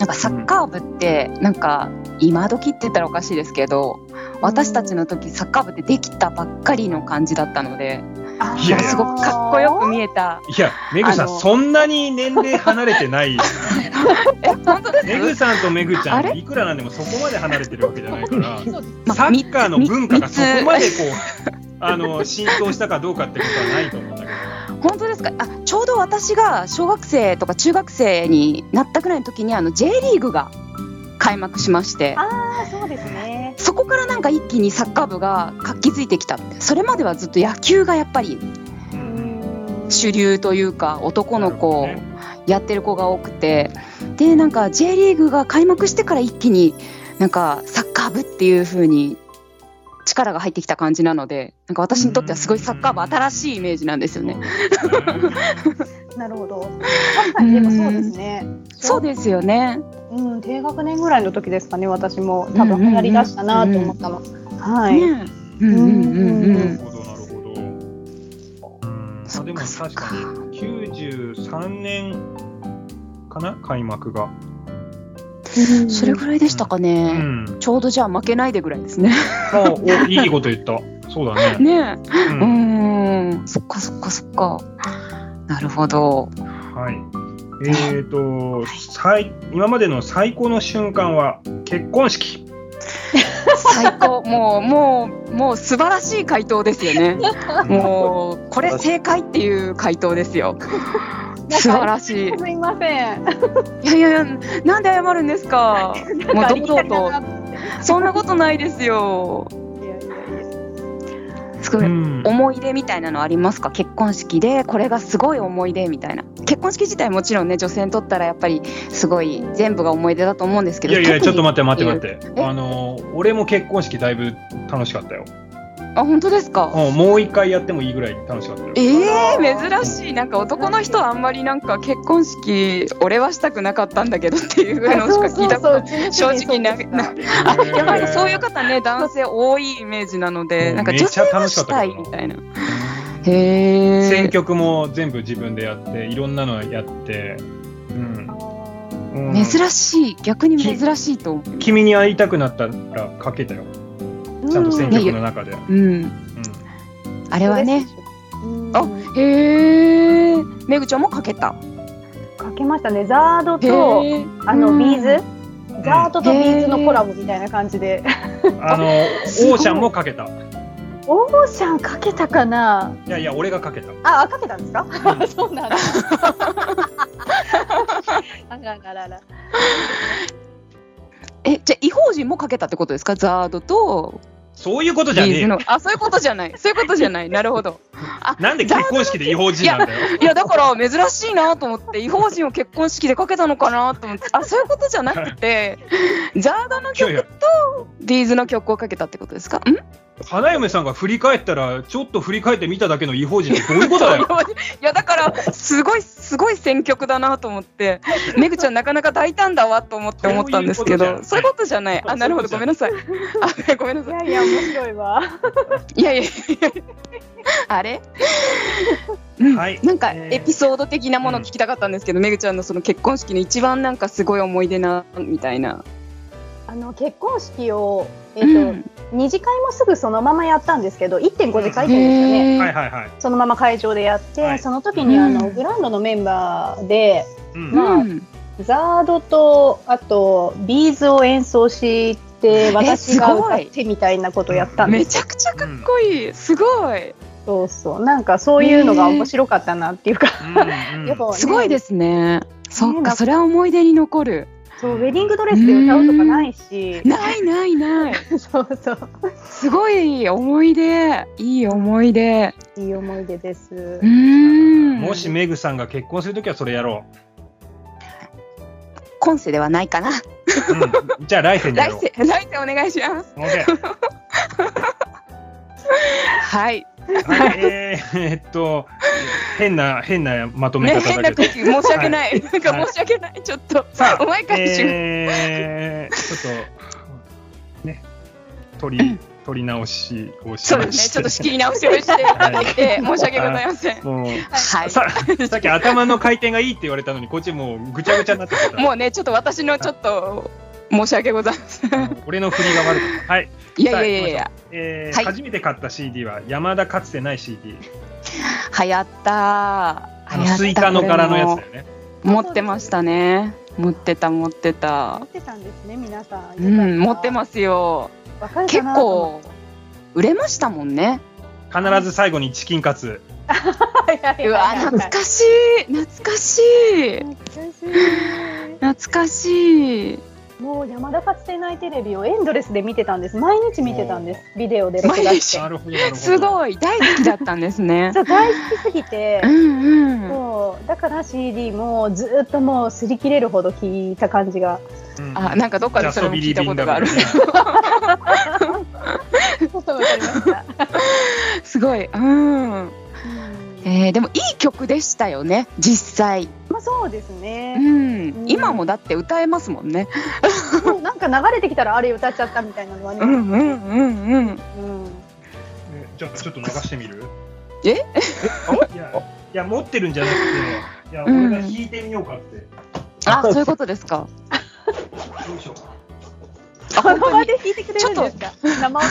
んかサッカー部ってなんか今時って言ったらおかしいですけど私たちの時サッカー部ってできたばっかりの感じだったのであーいやいやすごくかっこよく見えたいやメグさあのんそんなに年齢離れて ない。え本当ですメグさんとメグちゃあんれいくらなんでもそこまで離れてるわけじゃないから。そうですまあサッカーの文化が三そつこまでこう あの浸透したかどうかってことはないと思うんだけ本当ですかあちょうど私が小学生とか中学生になったぐらいの時にあの J リーグが開幕しましてあーそうですね。そこからなんか一気にサッカー部が活気づいてきたってそれまではずっと野球がやっぱりううんん主流というか男の子をなるほどねやってる子が多くてでなんか J リーグが開幕してから一気になんかサッカー部っていう風に力が入ってきた感じなのでなんか私にとってはすごいサッカー部新しいイメージなんですよね。なるほど。確かにでもそうですね。そうですよね。うん、低学年ぐらいの時ですかね、私も多分流行りだしたなと思ったの。はい。ねうんうんうんうなるん。ほど、なるほど。うんそあっでもかそっ確かかに93年かな開幕が。うんそれぐらいでしたかうね。ん。ちょうどじゃあ負けないでぐらいですね。あおいいこと言った。そうだね。 ねうえ。うんーん。そっかそっかそっか。なるほど。はい。えっ、と、最今までの最高の瞬間は結婚式。最高。もうもうもう素晴らしい回答ですよね。もうこれ正解っていう回答ですよ。素晴らしい。すいません。いやいやいや、なんで謝るんですか。もう堂々と。そんなことないですよ。いやいやいやすごうい。ん思い出みたいなのありますか結婚式でこれがすごい思い出みたいな結婚式自体もちろんね女性にとったらやっぱりすごい全部が思い出だと思うんですけいどやいや、ちょっと待って待っ特にて待って。えあのー、俺も結婚式だいぶ楽しかったよ。あ本当ですかうん、もう一回やってもいいぐらい楽しかったよ。えー、珍しいなんか男の人はあんまりなんか結婚式俺はしたくなかったんだけどっていうのしか聞いたことない正直ななあやっぱりそういう方ね男性多いイメージなのでうんなんかめっ女ち性ゃは楽しかっしたたけいどなみたいなへ選え曲も全部自分でやって、いろんなのやって、うん。うん珍しい逆に珍しいと思う君に会いたくなったらかけたよ。ちゃんと選曲の中で。うんうんあれはね。ああへえめぐちゃんもかけたかけましたね。ザードへとえあのうんビーズ、ザードとビーズのコラボみたいな感じで。あの、すごいオーシャンもかけた。いオーシャンかけたかな。やいや、俺がかけた。あ、あかけたんですかう。ん そうなんだ。あらららら。えじゃあ異邦人もかけたってことですかザードとそういうことビじゃねえーズよの。あそういうことじゃないそういうことじゃないなるほどなんで結婚式で違法人なんだよ。いやだから珍しいなと思って違法人を結婚式でかけたのかなと思ってあそういうことじゃなく てザードのいやいや曲とビーズの曲をかけたってことですかん花嫁さんが振り返ったら、ちょっと振り返ってみただけの違法人ってどういうことだよ。 いやだからすごいすごい選曲だなと思ってめぐちゃんなかなか大胆だわと思って思ったんですけどそそうういいううこことじゃないあなるほどごめんなさいあごめんないさいやいや面白いわ。いやいやいやあれうんはいなんかえーエピソード的なもの聞きたかったんですけど、めぐちゃんのその結婚式の一番なんかすごい思い出なみたいな、あの結婚式をえっ、うとん二、次会もすぐそのままやったんですけど、1.5次会っていうんですよね。へーはいはいはい。そのまま会場でやって、はいその時にあの、うんグランドのメンバーでうんまあうんザードとあとビーズを演奏して私すがご歌いってみたいなことをやったんでめすちゃくちゃかっこいい、すごいそうそうなんかそういうのが面白かったなっていうか、うんうんやっぱねすごいですね、そっなんかかそれは思い出に残るそうウェディングドレスで歌うとかないし、ないないないそうそうすごい思い出いい思い出いい思い出ですうーんもしメグさんが結婚するときはそれやろ今世ではないかなう。 うん、じゃあ来世にや来ろう。世来世お願いします OK はいはい、えーえーっと、変な、変なまとめね、方変だなけど空。気申し訳ない、なんはいか申し訳ない、ちょっとさあお前からしゅ、えー、ちょっと、ね、取り、取り直しをしそうまですねしちてょっと仕切り直しをしていただいて、申し訳ございませんもう、はいささっき頭の回転がいいって言われたのに、こっちもうぐちゃぐちゃになってた。もうねちょっと私のちょっと申し訳ございませんあの俺の振りが悪かった。はい。いやいやいやいやえーはい初めて買った CD は山田かつてない CD。流行ったあのスイカの柄のやつだよね。つ持ってましたね持ってた持って持たってたんですね皆さん、うん持ってすますよ結構売れましたもんね必ず最後にチキンカツ。うわ懐かしい懐かしい懐かしい懐かしいもう山田かつてないテレビをエンドレスで見てたんです。毎日見てたんです。ビデオで録画毎し日て。なるほどなるほど。すい。ごい大好きだったんですねそ。う大好きすぎてう。んうん。そうだから CD もずーっともう擦り切れるほど聞いた感じ があ、なんかどっかでそれも聞いたことがある。ジャソビリビンだからねちょっとわかりました、 すごい。うん。えー、でもいい曲でしたよね実際、まあそうですうね、ん、今もだって歌えますもんねもうなんか流れてきたらあれ歌っちゃったみたいなのはね、うんうんうんうんうん えじゃあちょっと流してみる？えいやいや持ってるんじゃなくて、いやうん俺が弾いてみようかって。 あそういうことですかよいしょ。あこ本の当場にで弾いてくれるんですか生音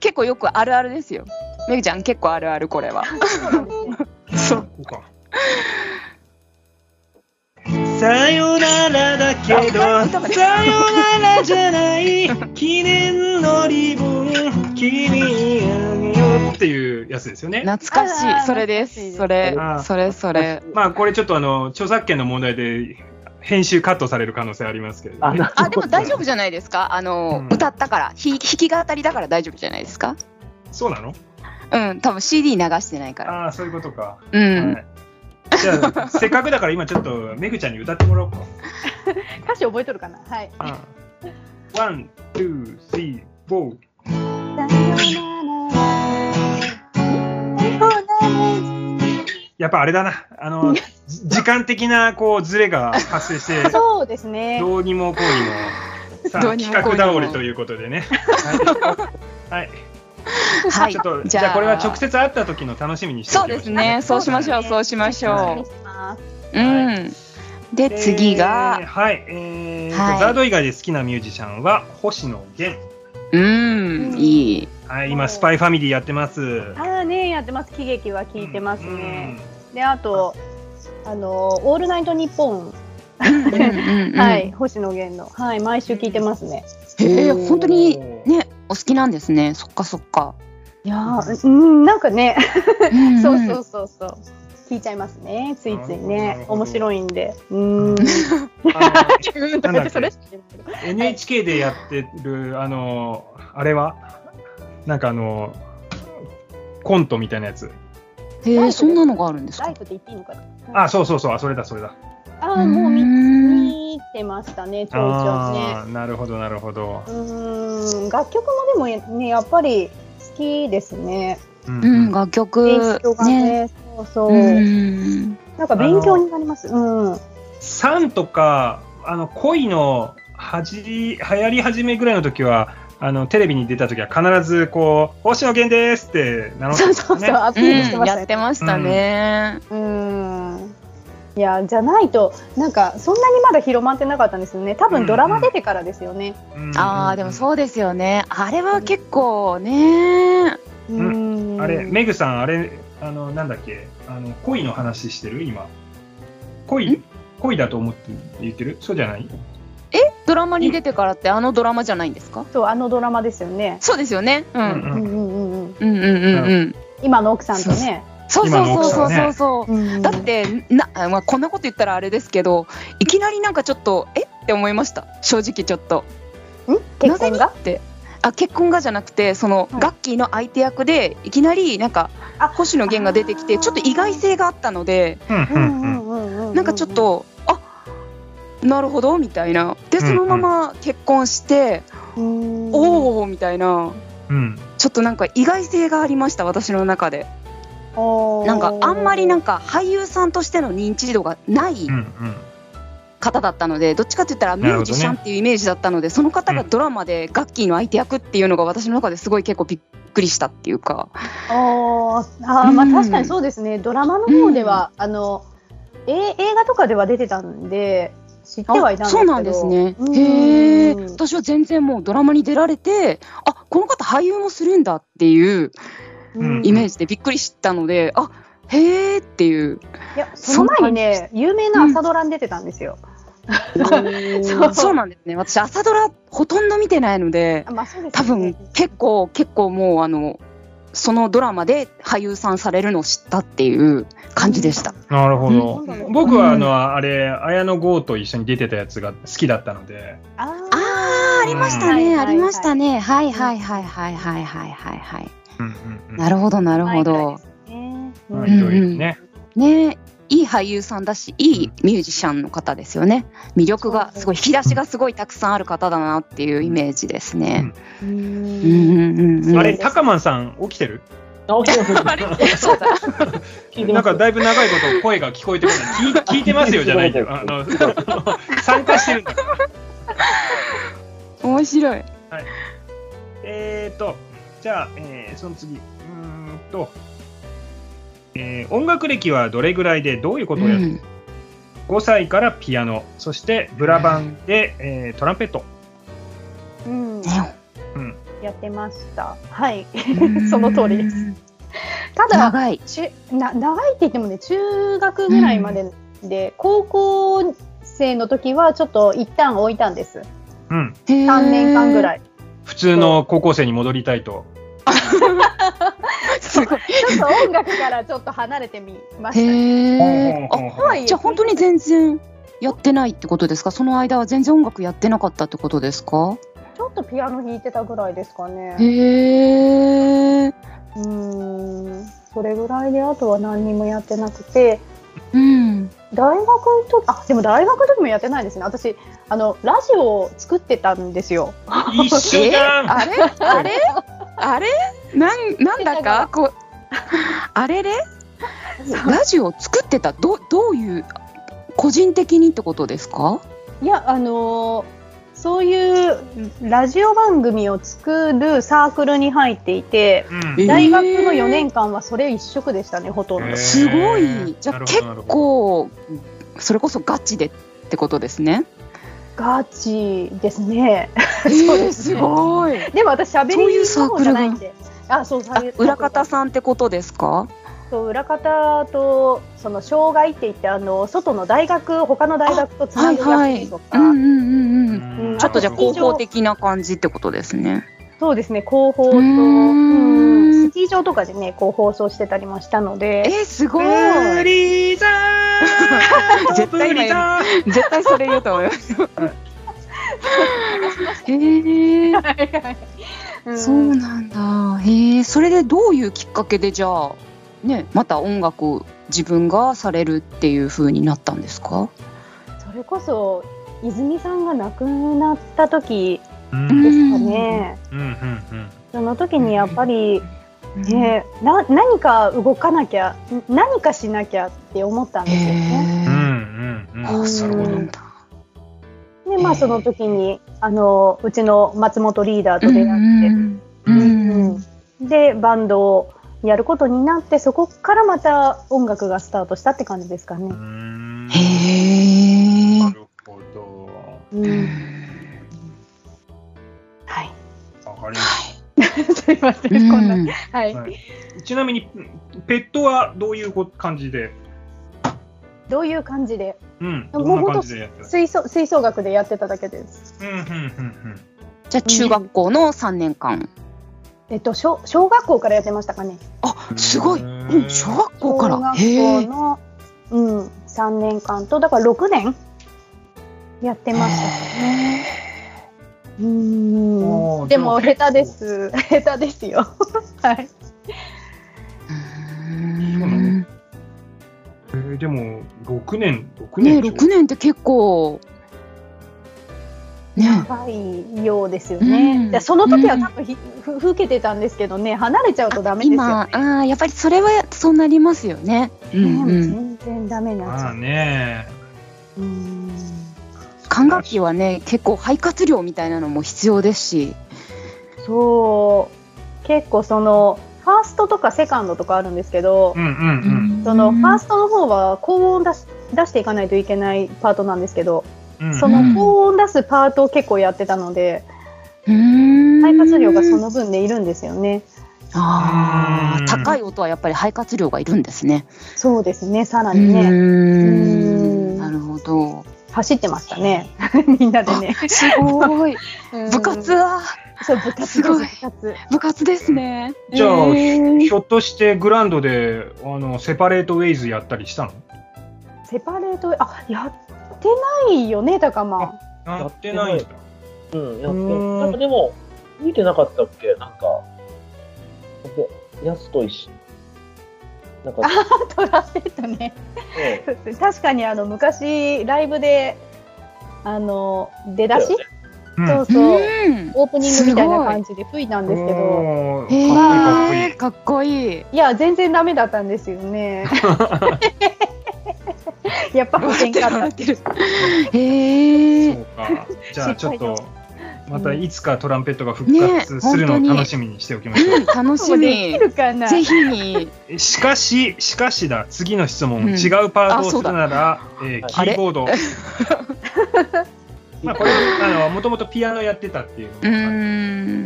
結構よくあるあるですよめぐちゃん結構あるあるこれはそうなんですねそうこうか。さよならだけど、さよならじゃない、記念のリボン、君にあげようっていうやつですよね。 懐かしあらあらいそれで懐かしいですすそれあーそれそれまあ、これちょっとあの、著作権の問題で、編集カットされる可能性ありますけど、あね。なあでも大丈夫じゃないですかあの、うん歌ったからひ弾き語りだから大丈夫じゃないですかそうなのうん多分 CD 流してないからああ、そういうことか。うん、はいじゃあ、 せっかくだから今ちょっと、めぐちゃんに歌ってもらおうか。歌詞覚えとるかなはいワン、ツー、スリー、フォー。やっぱあれだな、あの、じ時間的なこうズレが発生 して、そうですねどうにもこうにも、さあ、どうに企もこうにも画倒れということで ね。はい、はいちょっと、じゃあ、これは直接会った時の楽しみにしておそうきまでしすょねそうしましょうそうだねそうしましはょ失礼しますう、うんでで次が、はい、えーとはいザード以外で好きなミュージシャンは星野源。うん、いい。はい、お今ースパイファミリーやってます。ああねやってます喜劇は聞いてますうんね、。であとあのオールナイトニッポンうんうんうんはい、。星野源のはい毎週聞いてますねへえ、本当におーね、お好きなんですね。そっかそっか。いやーうんなんかねうんそうそう。そうそう聞いちゃいますねついついなるねほど面白いんでうーんあ のうんとか言ってそれしか言ってない NHK でやってる、あの、あれは、なんかあの、コントみたいなやつ。へえ、そんなのがあるんですラかイ。トって言っていいのかなあ、そうそうそう、あそれだ、それだ。あーもうう見ん見てましたねちょいちょいねああー、なるほど、なるほどう。ーん楽曲もでもねやっぱり好きですねうんうん、楽曲影響。がね。ねそうそう、うん。なんか勉強になりますうんサンとか、あの、恋の、はじり、流行り始めぐらいの時は、あの、テレビに出た時は必ず、こう、星野源ですって名乗ってたんそうですそようねそう、アピうールしてん、ましたやねってましたね。うーんいやじゃないとなんかそんなにまだ広まってなかったんですよね多分ドラマ出てからですよねうんああ、でもうそうですよね。あれは結構ね。うんーんん。あれ、メグさん、あれ、あの、なんだっけ、あの、恋の話してる今。恋、恋だと思って言ってるそうじゃないドラマに出てからって、あのドラマじゃないんですか。そうあのドラマですよねそうですよね。う。うんうんうんううんうんんうんうんうん。今の奥さんとねそうそうそうそうそうそう。うんだってな、まあ、こんなこと言ったらあれですけどいきなりなんかちょっとえって思いました正直ちょっとん結婚ながぜにってあ結婚がじゃなくてその、はいガッキーの相手役でいきなりなんかあ星野源が出てきあてーちょっと意外性があったのでうんうううんんうんんうんうんなんかちょっと、あなるほどみたいなでそのまま結婚して、おおおみたいなうんちょっとなんか意外性がありました私の中でおなんかあんまりなんかか俳優さんとしての認知度がないうんうん方だったのでどっちかって言ったらミュージシャンっていうイメージだったので、その方がドラマでガッキーの相手役っていうのが私の中ですごい結構びっくりしたっていうか、あーあーまあうん確かにそうですねドラマの方ではあのえ映画とかでは出てたんで知ってはいたんですけどそうなんですね、うんへえ私は全然もうドラマに出られてあこの方俳優もするんだっていううんイメージでびっくりしたので、あへえっていういや、その前にね、有名な朝ドラに出てたんですよ。 そうそうなんですね私朝ドラほとんど見てないのであまあ、そうです多よね分結構結構もうあのそのドラマで俳優さんされるのを知ったっていう感じでした。なるほど。うん僕は、あの、あれ、綾野剛と一緒に出てたやつが好きだったので、あああ、ありましたはいはいね、はいありましたね。はいはいはいはいはいはいはいはい。うんうんうんなるほどなるほど。まあはいいろいろね。ね、いい俳優さんだし、いいミュージシャンの方ですよね。魅力がすごい、引き出しがすごいたくさんある方だなっていうイメージですね。うんうんうんうん。あれ、高間さん、起きてる直樹の先生聞いてまなんすかだいぶ長いこと声が 聞こえてこない。聞い聞いてますよじゃないよ。あの 参加してるんだから。面白い。えーと、じゃあ、えーその次。うーんと、えー音楽歴はどれぐらいでどういうことをやる、うん ?5 歳からピアノ、そしてブラバンで、えートランペット。うんねうん、やってました。 はい。その通りです。ただ、長い。中な長いって言ってもね、中学ぐらいまでで、高校生の時はちょっと一旦置いたんです。うん、 3年間ぐい。らい。 普通の高校生に戻りたいと。すごい。ちょっと音楽からちょっと離れてみましたへね。え。あ、ほうほうとほうはいえじゃあ本当に全然やってないってことですか。その間は全然音楽やってなかったってことですか。ちょっとピアノ弾いてたぐらいですかね。へえ。うーんそれぐらいであとは何にもやってなくてうん。大学の時あでも大学の時もやってないですね私あのラジオを作ってたんですよ一緒じゃん、あれあれあれなんなんだかこうあれれラジオ作ってたどどういう個人的にってことですかいやあのーそういうラジオ番組を作るサークルに入っていてうん大学の4年間はそれ一色でしたねほとんへどーすごいじゃなあるほ結どなる構それこそガチでってことですね。ガチですね えそうですごい。でも私喋りそういうの方じゃないんであそうあそういう裏方さんってことですか？そう裏方とその障害って言ってあの外の大学他の大学とつはないぐは役い。員うんとか、うんうんうん。うんちょっとじゃああ広広報報的な感じってことですね。そうですね広報とうーんうんスキー場とかでねこう放送してたりもしたのえでー、すごい。ブリザー 絶ブ対今リやるザー絶対それ言うと思います。へえ、うんそうなんだ。へえ、それでどういうきっかけでじゃあね、また音楽自分がされるっていう風になったんですか？それこそ泉さんが亡くなった時うんううんんですかね、うんうんその時にやっぱり、ねな何か動かなきゃん何かしなきゃって思ったんへですよね。うえ。んうんうんあ、そうなんだ。でまあその時にあのうちの松本リーダーと出会って。うんうんでバンドをやることになってそこからまた音楽がスタートしたって感じですかね。うんへえ。なるほど。うん、はい。わかりまし すいませうんん、こんな。は。た。はいい、ちなみに、ペットはどういうこ感じで、どういう感じでうん、どもうんな感じでやってる吹奏吹奏楽でやってただけです。うんうんうんじゃあ中学校の三年間。えっと小小学校からやってましたかね。あう、んすごい。うん、小学校小か学ら。へ校え。のうん三年間とだから六年やってましたね。うーおん。ーでも下手です。 下手ですよ。はい。うんえー、でも、六年、六ね年でしょ。 6年って結構ね高いようですよね。うんでその時は多分ひ、ふふけてたんですけどね、離れちゃうとダメですよ。今あーやっぱりそれはそうなりますよね。うんねうん、全然ダメになっちまゃあう。ね。うん管楽器はね結構肺活量みたいなのも必要ですし、そう、結構そのファーストとかセカンドとかあるんですけどう、んうんそのファースストの方は高音出し出していかないといけないパートなんですけど、うんうん。その高音出すパートを結構やってたので、肺肺活量がその分でいるんですよね。あうんー高い音はやっぱり肺活量がいるんですね。そうですね、さらにね。うーんうんなるほど。走ってましたね。 みんなでね。すごい。う ん部活だ。そう、部活ですごい部活。部活ですね。じゃあ、えーひょっとしてグランドであのセパレートウェイズやったりしたのセパレート、あ、やってないよね、高間。やってないんだ。うん、やうーっんて、なんかでも、見てなかったっけなんか、やすと一緒。なんか、 トラペットね。ね 確かにあの昔ライブであの出だし、うんそうそう、うん。オープニングみたいな感じで吹いたんですけどおーかへっこいいえ、かっこいい。いや全然ダメだったんですよね やっぱ不笑っ喧てる嘩笑だってる。 へそうえ。か。じゃあちょっ失敗とだ、またいつかトランペットが復活するのをねえ楽しみにしておきましょうん楽しできみ。るかなぜひに。う。しかし、しかしだ、次の質問、う違んうパートをあすそるうだなら、えーキあれーボード。まあこれ、あの、もともとピアノやってたっていうのがうあるー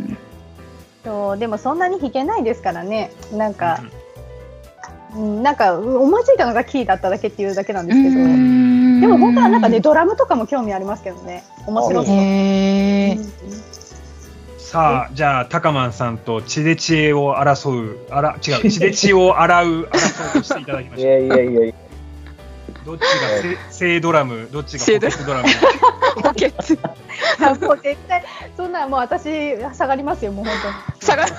ん。そうでもそんなに弾けないですからねなんか、うんなんかうん思いついたのがキーだっただけっていうだけなんですけど、でも本当はなんかねドラムとかも興味ありますけどね面白あそう、へえ。さあ、じゃあ、タカマンさんと血で知恵を争う、あら、違う、血で血を洗う争いをしていただきまいした。やいやいやいや、どっちがせ 正ドラム、どっちが補欠ドラム。補欠。あもう絶対そんなんもう私下がりますよもう本下当に。がる。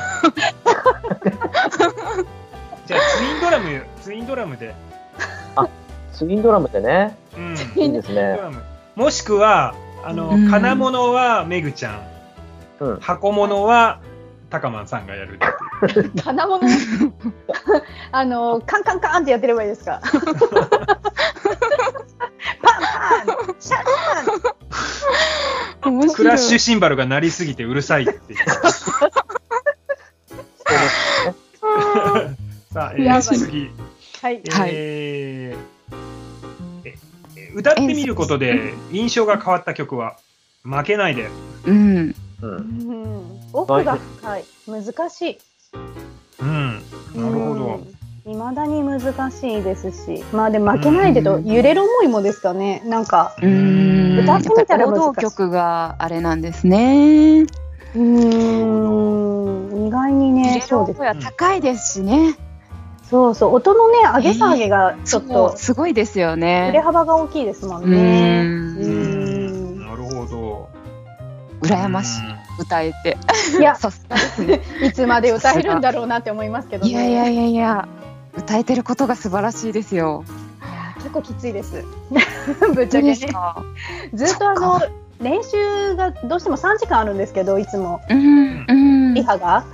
じゃあ、ツインドラム、ツインドラムで。ツインドラムってね、うん。いいですね。もしくは、あの、うん金物はめぐちゃん、うん、箱物はタカマンさんがやるっていう。金物 あのカンカンカンってやってればいいですかパンパンシャン面白いクラッシュシンバルが鳴りすぎてうるさい っていう。さあ、えやばー、い次。はいはいえーええ歌ってみることで印象が変わった曲は「負けないでうん。うん。うん奥が深い難しい」うんなるほどいまだに難しいですしまあでも負けないでと揺れる思いもですかねなんかうーん。歌ってみたやっぱら難しい王道曲があれなんですね。うーん意外にねそうです声は高いですしね。そうそう音のね上げ下げがちょっそうとすごいですよ揺れね。幅が大きいですもうんねーん。うんなるほど羨ましい。い歌えて。いやさすがですね。いつまで歌えるんだろうなって思いますけどねいやいやいやいや。歌えてることが素晴らしいですよ。結構きついです ぶっちどゃけねうですか。ずっとあの練習がどうしても3時間あるんですけどいつもうんうん。リハが。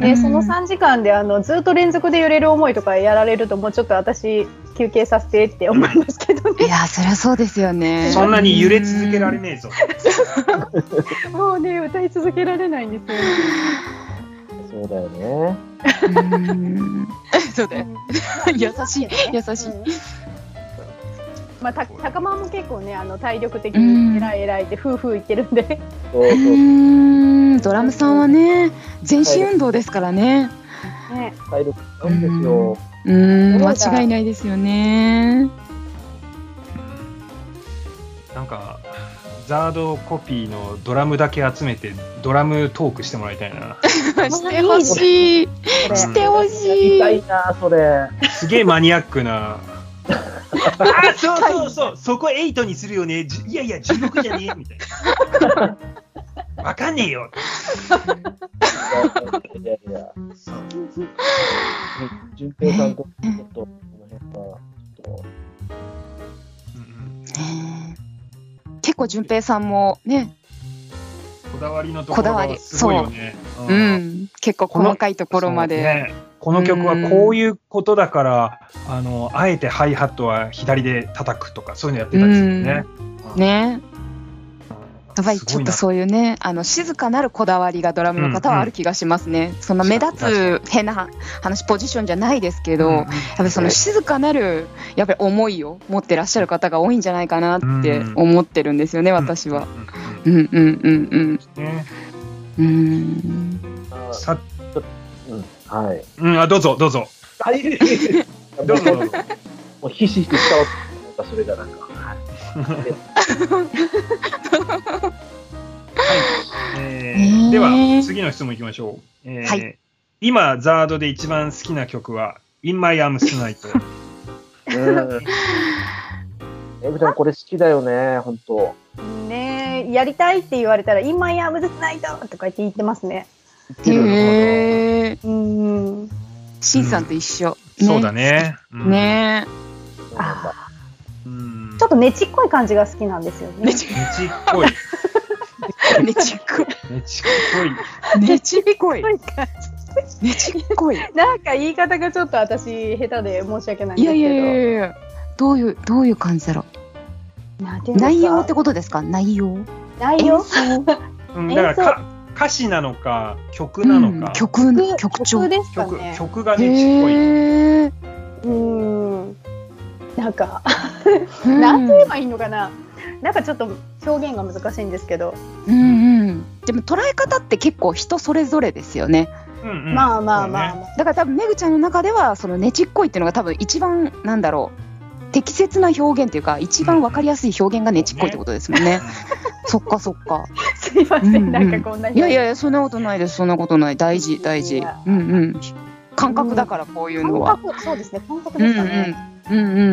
で、うんその3時間であのずっと連続で揺れる思いとかやられるともうちょっと私休憩させてって思いますけど いねやそりゃそうですよね。そんなに揺れ続けられねえぞもうね歌い続けられないんですよ、そうだよね。うーん。そう だよ。優しい優しいうんまあ、た高間も結構ねあの体力的に偉い偉いって夫婦言ってるんで そううそうーんドラムさんはね全身運動ですからね。ね体力使うんですよ。うーん間違いないですよね。なんかザードコピーのドラムだけ集めてドラムトークしてもらいたいなしてほしい。これしてほしい痛。いな、それ。すげえマニアックなあそうそうそうそこ8にするよねじいやいや16じゃねえみたいなわかんねえよいやいやいや。純平さんと、ちょっと、この辺は、ちょっと、うんねえ結構順平さんもね、うんこだわりのとこころだわがりすごいよねううんん、結構細かいところまそうで。ねこの曲はこういうことだからあのあえてハイハットは左で叩くとかそういうのやってたりするよね。ね、やっぱりすちごょいっなとそういうね、あの静かなるこだわりがドラムの方はある気がしますね。そんな目立つ変な話ポジションじゃないですけど、うんやっぱりその静かなるやっぱり思いを持ってらっしゃる方が多いんじゃないかなってうん思ってるんですよね、うん私は。ううんんうんうんうんねうん。うん。あさうん、はい。うんあどうぞどうぞ大変どうぞどうぞもうひしひし伝わってなんかそれがなんか。えねーえでは、次の質問いきましょう。えーはい今、ザードで一番好きな曲は、In My Arms Tonight。うん。エブちゃん、これ好きだよね、本当。ねえやりたいって言われたら「今やむずないと」とか言って言ってますねへえ。うんシンさんと一緒。そうだ。ね。うんねあうんーちょっとねちっこい感じが好きなんですよえ。ねねちねちっこい。ねちっこねちっこい。い。ねちっこい。なんかねちっこい。 なんか言い方がちょっと私下手で申し訳ないんいでやすけどいやいやいや。どういうどういう感じだろ。なんていううんですか内容ってことですか？内容。内容うんだから演奏か歌詞なのか、曲なのうんか、曲曲調。曲ですか曲ね曲がねちっこい。へえ。うんなんかなんて言えばいいのかななんかちょっと表現が難しいんですけど、うんうん。でも捉え方って結構人それぞれですよね。うんうんまあまあま あ、そうねまあだから多分めぐちゃんの中ではそのねちっこいっていうのが多分一番なんだろう適切な表現っていうか一番わかりやすい表現がねちっこいってことですもんね。 そっかそっ か。すいません、うんうんなんかこんなにいやいやいやそんなことないですそんなことない大事大い事や。うんうん。感覚だからこういうの感は。覚そうですね感覚うんうんですかね、うんうんうんう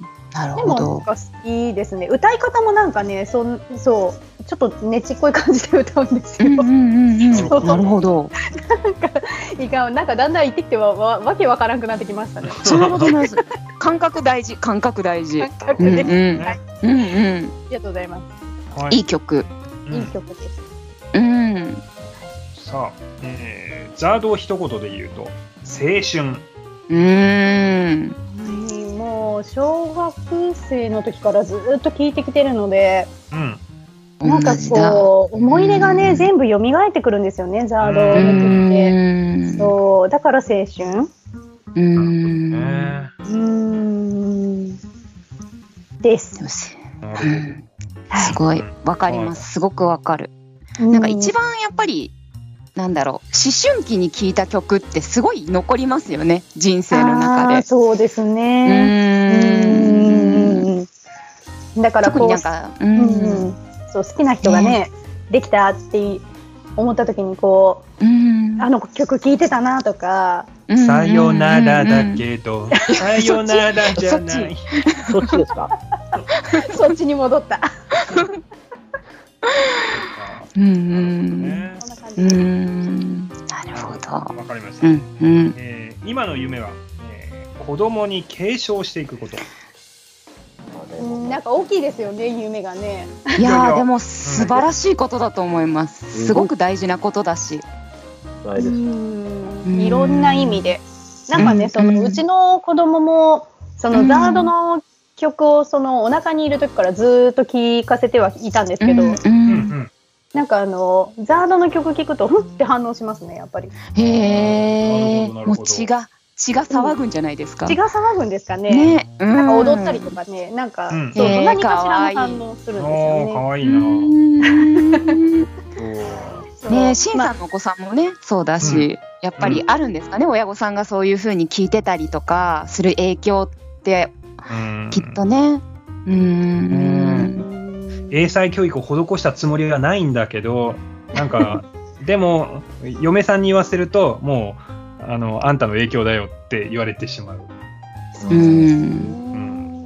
ん。なるでほもなんど。か好きですね歌い方もなんかねそんそうちょっとねちっこい感じで歌うんですうよ、んうんうんそうん。うなるほど。いかんなんかだんだん言ってきてはわわけわからんくなってきましたね そんなことないです。感覚大事感覚大事。感覚うんうで、んあねうんうん。りがとうございまはいいい曲。すういいん曲です、うん。さあ、えーザードを一言で言うと、青春。うん。うんもう小学生の時からずっと聴いてきてるのでうん。なんか同じだ。こう思い出がうねん全部蘇ってくるんですよねザードうの曲ってんそうだから青春う。うんねうーんです。よしなるほうどんすごいわかります。すごくわかる。なんか一番やっぱりなんだろう思春期に聴いた曲ってすごい残りますよね人生の中あーで。そうですうね。うーん。ーんだから特こにうなんかううんんそう好きな人がね、できたって思った時にこうんうあの曲聴いてたな とかうんさよならだけ ど、さよならじゃなそっい。そっちですかそっちに戻った。うんねそんな感うじんうですんなるほど。わかりましうた。んうんえー今の夢は、えー子供に継承していくこと。うんなんか大きいですよね夢がね。いいやいややーでも素晴らしいことだと思います。すごく大事なことだし。なういです。んいろんな意味で。なんかうんねそのうんうちの子供もそのうんザードの曲をそのお腹にいる時からずーっと聴かせてはいたんですけど、うんううんんなんかあのザードの曲聴くとふんって反応しますねやっぱりへなるえ。ほどなるほもどう血が血が騒ぐんじゃないですか。血が騒ぐんですかねね。ななんか踊ったりと。かねなんか、うんそうへー何かしからわいのい反応すうるん。んでおお、かわういいな。ーんそうすよね。ねえ、しんまさあんのお子さんもね、そうだし、やっぱりあるんですかね、親御さんがそういう風に聞いてたりとかする影響ってうんきっとね。うーん。英才教育を施したつもりはないんだけど、なんか、 でも、嫁さんに言わせると、もう、あの、あんたの影響だよって言われてしまう。う。うん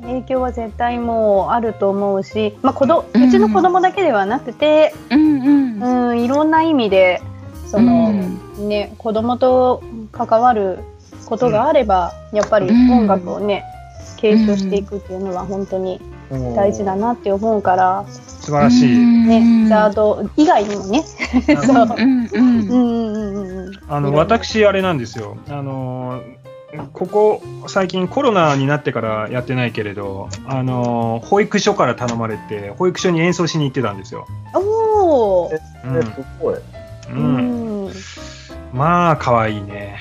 ん影響は絶対もうあると思うし、まあ、子どうちの子供だけではなくて、うんうん。うん、いろんな意味でその、ね、子供と関わることがあれば、やっぱり音楽をね、継承していくっていうのは本当に大事だなって思うから、素晴らしい。ねねザード以外にもね。あのうんうんう。んうんうんうんあいろのいろ私、あれなんですよ、あのーここ最近、コロナになってからやってないけれど、あのー保育所から頼まれて、保育所に演奏しに行ってたんですよ。おーうえんすごい。うんうんまあ、可愛いね。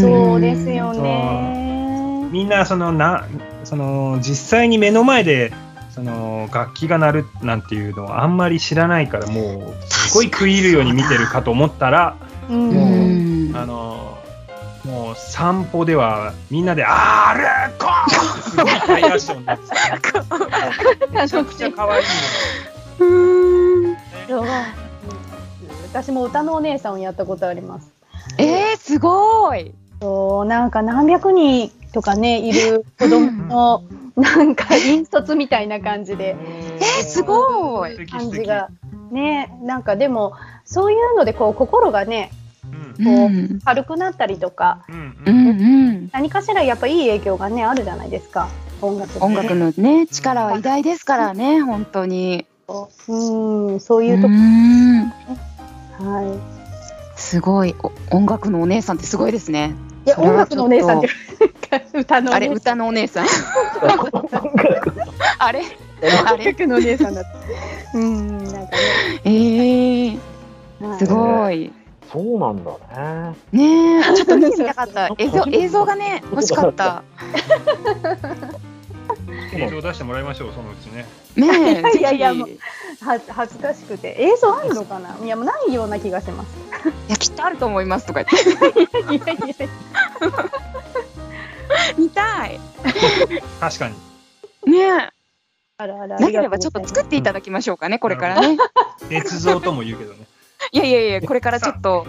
そうですよそうね。みんなそのなその、実際に目の前でその楽器が鳴るなんていうのはあんまり知らないから、もう、すごい食い入るように見てるかと思ったら、ううんん。あのーもう散歩ではみんなで「あーれこー!」ってすごい大合唱になってた。めちゃくちゃ可愛いうんやばい私も歌のお姉さんをやったことあります。えー、すごいそうなんか何百人とかねいる子供のなんか引率みたいな感じでの。えー、すごい素敵感素じ敵がねなんかでもそういうのでこう心がねうんうん軽くなったりとかうんううんんうん何かしらやっぱいい影響がねあるじゃないですか音楽って音楽のね力は偉大ですからね本当にうんそうういうとこんはすごいお音楽のお姉さんってすごいですねいいやそれ音は楽ちのょっとお姉さんって歌のおあれ姉さ歌んのお姉さんあれあ音れ楽のお姉さんだったうんなんかねえー、はいすごいそうなんだねね。え ちょっと見てみたかった 映像映像が ね欲しかった映像出してもらいましょうそのうちねねえいやいやもうぜひは恥ずかしくて映像あるのかないやもうないような気がし ますいやきっとあると思いますとか言っていやいやいや 見たい確かにねえあらあらなければちょっと作っていただきましょうかね、これからね。捏造とも言うけどねいやいや いや、これからちょっと。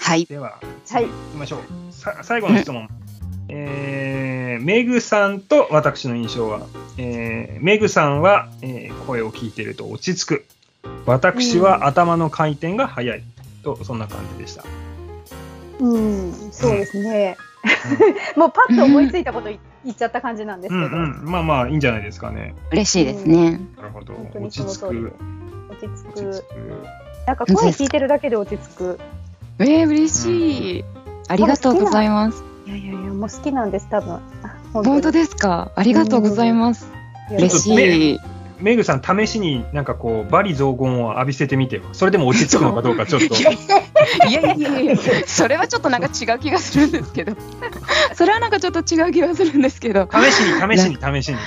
はい。でははい行きましょうさ最後の質問えー、メグさんと私の印象は、えー、メグさんは、えー声を聞いてると落ち着く私は頭の回転が速い、とそんな感じでしたうん、そうですね。もうパッと思いついたことい 言っちゃった感じなんですうけど、んうんまあまあいいんじゃないですかね嬉しいですね。なるほど本当落にちその着通りでくす。落ち着落ちく着。くなんか声聞いてるだけで落ち着く。えー、嬉しい。ありがとうございます。いやいやいや、もう好きなんです、多分。本当でですか。ありがとうございます。嬉ちょっとしい。メグさん、試しになんかこう、バリ雑言を浴びせてみてよ、それでも落ち着くのかどうか、ちょっと。いやいやいやいや、それはちょっとなんか違う気がするんですけど。それはなんかちょっと違う気がするんですけど。試しに、試しに、試しに。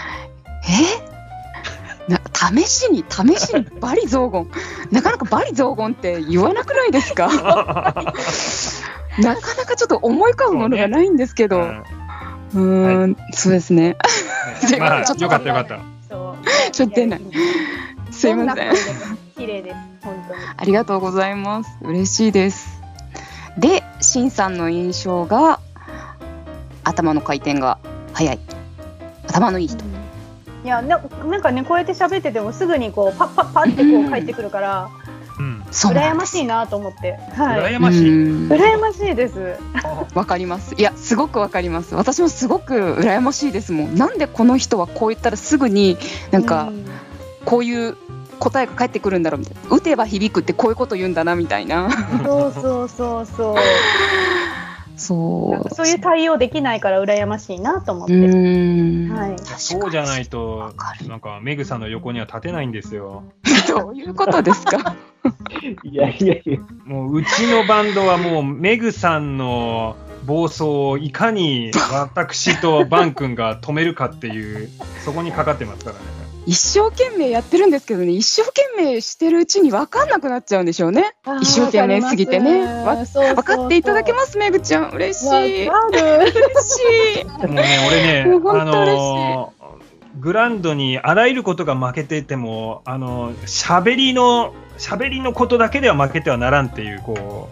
え な試しに試しにバリ雑言なかなかバリ雑言って言わなくないですか なかなかちょっと思い浮かぶものがないんですけどう,、うんーん、そう ですねねまあ、ちょっとよかったよかった。たちょっと出ない。 すいません。綺麗です、本当に。ありがとうございます嬉しいですでしんさんの印象が頭の回転が速い頭のいい人いやななんかねこうやって喋っててもすぐにこうパッパッパってこう帰ってくるから、うん。そう羨なんでますしいなと思って、はい、羨ましい。うん羨ましいですわかりますいやすごくわかります私もすごく羨ましいですもんなんでこの人はこう言ったらすぐになんうかんこういう答えが返ってくるんだろうみたいな打てば響くってこういうこと言うんだなみたいなそうそうそうそうそなんかうそういう対応できないから羨ましいなと思っうて、ーん、はい、そうじゃないとわか、るなんか、メグさんの横には立てないんですよ。どういうことです かいやいやいや。もう、うちのバンドはもう、メグさんの暴走をいかに私とバン君が止めるかっていう、そこにかかってますからね。一生懸命やってるんですけどね一生懸命してるうちに分かんなくなっちゃうんでしょうねあー一生懸命すぎてねわかりますそうそうそう分かっていただけますめぐちゃん嬉しい嬉わかる しいもうね、俺ね、もう 本当あのーグランドにあらゆることが負けてても、あのー喋りの、喋りのことだけでは負けてはならんっていう、こ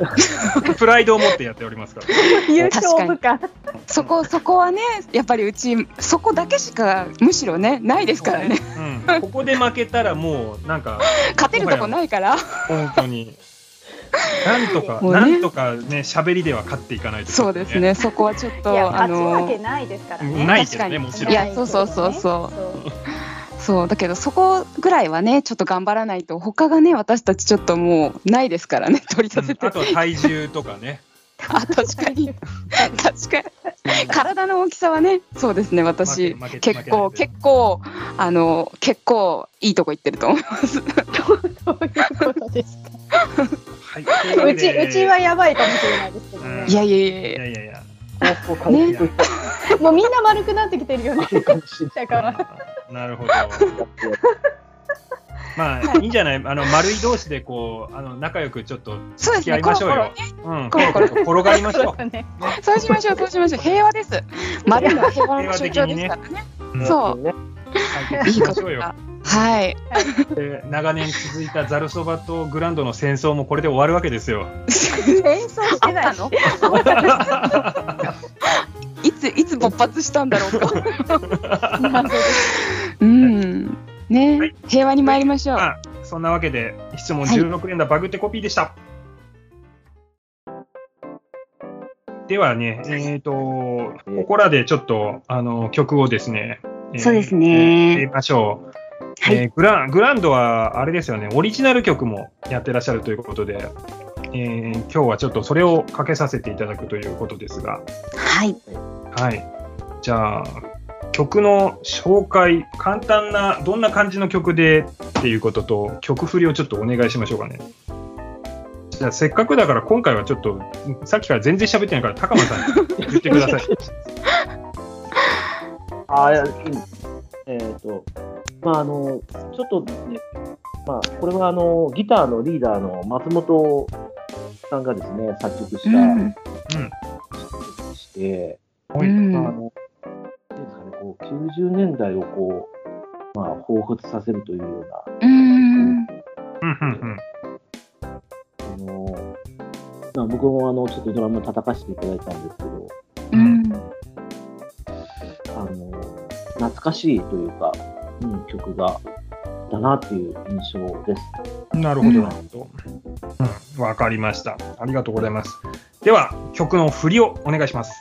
う、 プライドを持ってやっておりますから。優勝部感そこそこはねやっぱりうちそこだけしかむしろねないですからねうん、ここで負けたらもう、なんか、勝てるとこないから本当 に、なんとか、もうねなんとかね、喋りでは勝っていかないと、そうです。ねそこはちょっいやとあ勝ち負のけないですからねないけど確かにね、もちろいん。やそうそうそうそうそうだけどそこぐらいはねちょっと頑張らないと他がね私たちちょっともうないですからね取りう立んてて、あと体重とかね、あ確か に確かに体の大きさはねそうですね私負け負け結構負けない結構あの結構いいとこ行ってると思います そうそういうことですかはいというわけうちでうちはやばいかもしれないですけどねうんいやいやいやいいややいやいや、ねもうみんな丸くなってきてるよねだからなるほど。まあ、いいんじゃないあの、丸い同士で、こう、あの、仲良くちょっとそう付ですき合ねいコまロしコょうロよね。うん。コロコロ転がりまし ょそうねそ うしましょう、そうしましょう。平和です。丸いのは平和の象徴ですからね。う。んそう。ね。はい解決いいしこましとょうよが。はい。で長年続いたザルそばとグランドの戦争もこれで終わるわけですよ。演奏してあなったいのいつ、いつ勃発したんだろうか。うん。ね、はい平和に参りましょう。あそんなわけで質問16連打バグってコピーでした。ではね、えっ、と、ここらでちょっと、あの、曲をですね、えーそうですえねー入れましょう。はいえーグラングランドは、あれですよね、オリジナル曲もやってらっしゃるということで、えー今日はちょっとそれをかけさせていただくということですが、はい。はい。じゃあ、曲の紹介、簡単な、どんな感じの曲でっていうことと、曲振りをちょっとお願いしましょうかね。じゃあ、せっかくだから、今回はちょっと、さっきから全然喋ってないから、高間さん、言ってください。あいやいいえっ、と、まあ、あの、ちょっとね、まあ、これはあの、ギターのリーダーの松本さんがですね、作曲した、うんして、はいうんまあ、あの、なんですかね、こう、90年代をこう、まあ、彷彿させるというよううな、ん。うんうんあの、まあ、僕もあの、ちょっとドラム叩かせていただいたんですけど、うん。あの、懐かしいというか、うん、曲が、だなっていう印象です。うんなるほど、なるほど。うんわ、かりました。ありがとうございます。では、曲の振りをお願いします。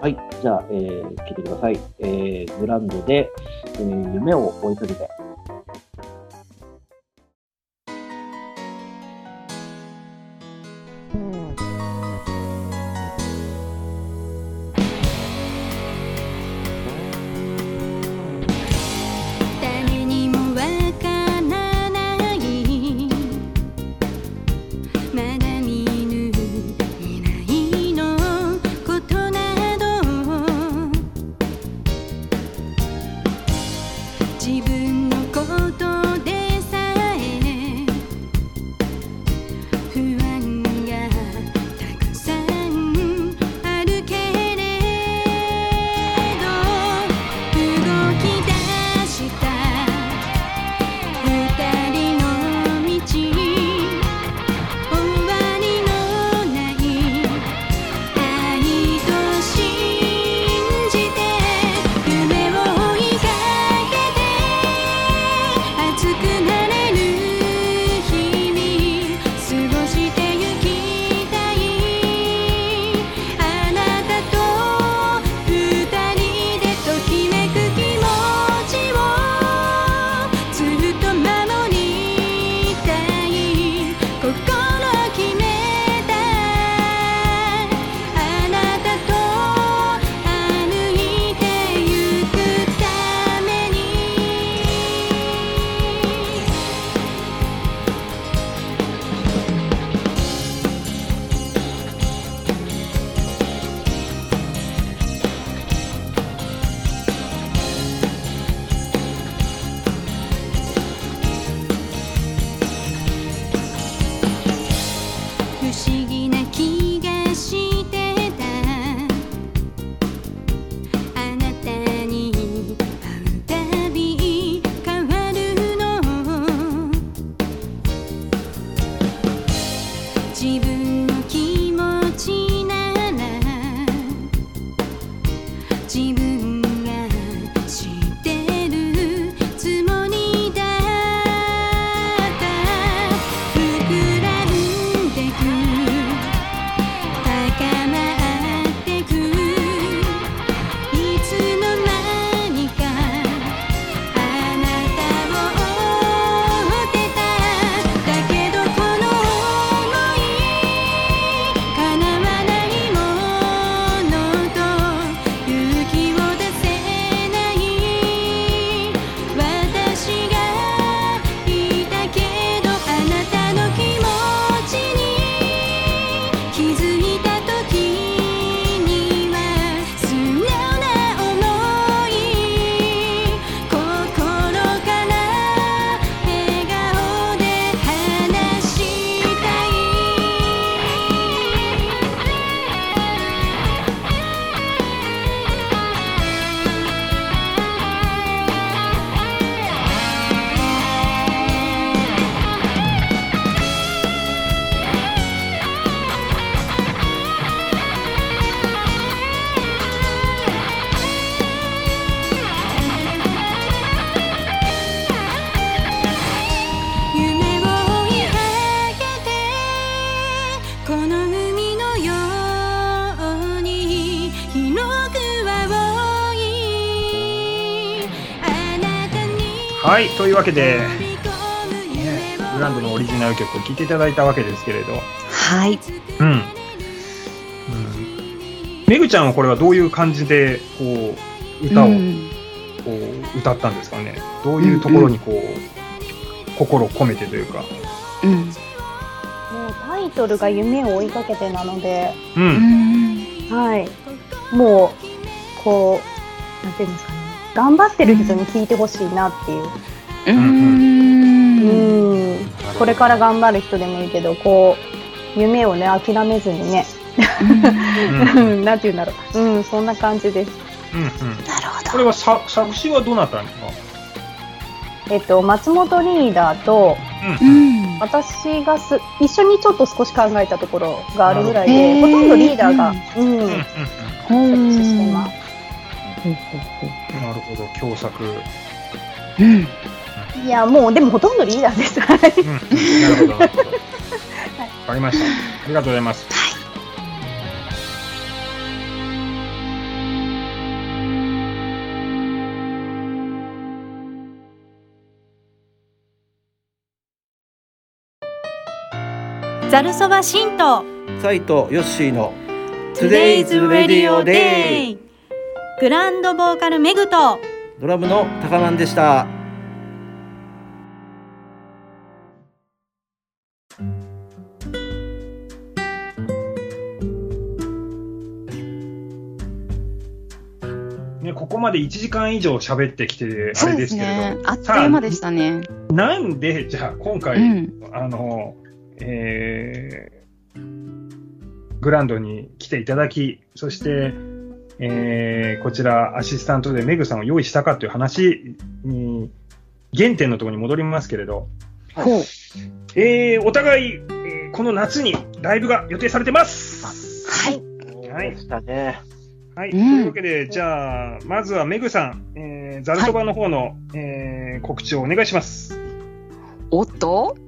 はい、じゃあ、えー、聞いてください。えー、グランドで、えー、夢を追いかけて。誰にもわからないまだ見ぬ未来のことなど自分のはい、というわけで、ねグランドのオリジナル曲を聴いていただいたわけですけれど、はい。うん。うん、めぐちゃんはこれはどういう感じで、こう、歌をうんこう歌ったんですかね。どういうところにこう、心を込めてというか。うんもうタイトルが夢を追いかけてなので、う。うんんはい。もう、こう、なんていうんですかね。頑張ってる人に聞いてほしいなっていう。ううんん。これから頑張る人でもいいけど、こう、夢をね、諦めずにね、うん。うん。うん。 うん、なんて言うんだろう。うん、そんな感じです。なるほこれはさ作詞はどなたにか。えっと、松本リーダーと、ど。うん私がす一緒にちょっと少し考えたところがあるぐらいへーで、ほとんどリーダーが、うん、うん。うん。うん。作うん詞してます。なるほど、共作。うん。うんいや、もう、でもほとんどリーダーです。はいなるほど。なるほどわかりました。ありがとうございます。ザルそば神道サイトヨッシーの Today's Radio Day Day グランドボーカルメグとドラムの高なんでした。ね、ここまで1時間以上喋ってきて、あそうれでですすけれねど。。あっという間でしたね。なんで、じゃあ、今う回、ん。あの、えーグランドに来ていただき、そして、えーこちらアシスタントでメグさんを用意したかという話に、原点のところに戻りますけれど、ほう。えーお互い、えーこの夏にライブが予定されてますはい。はいでしたね。はい、うとんいうわけで、じゃあ、まずはメグさん、えーザルそばの方の、えー告知をお願いします。おっと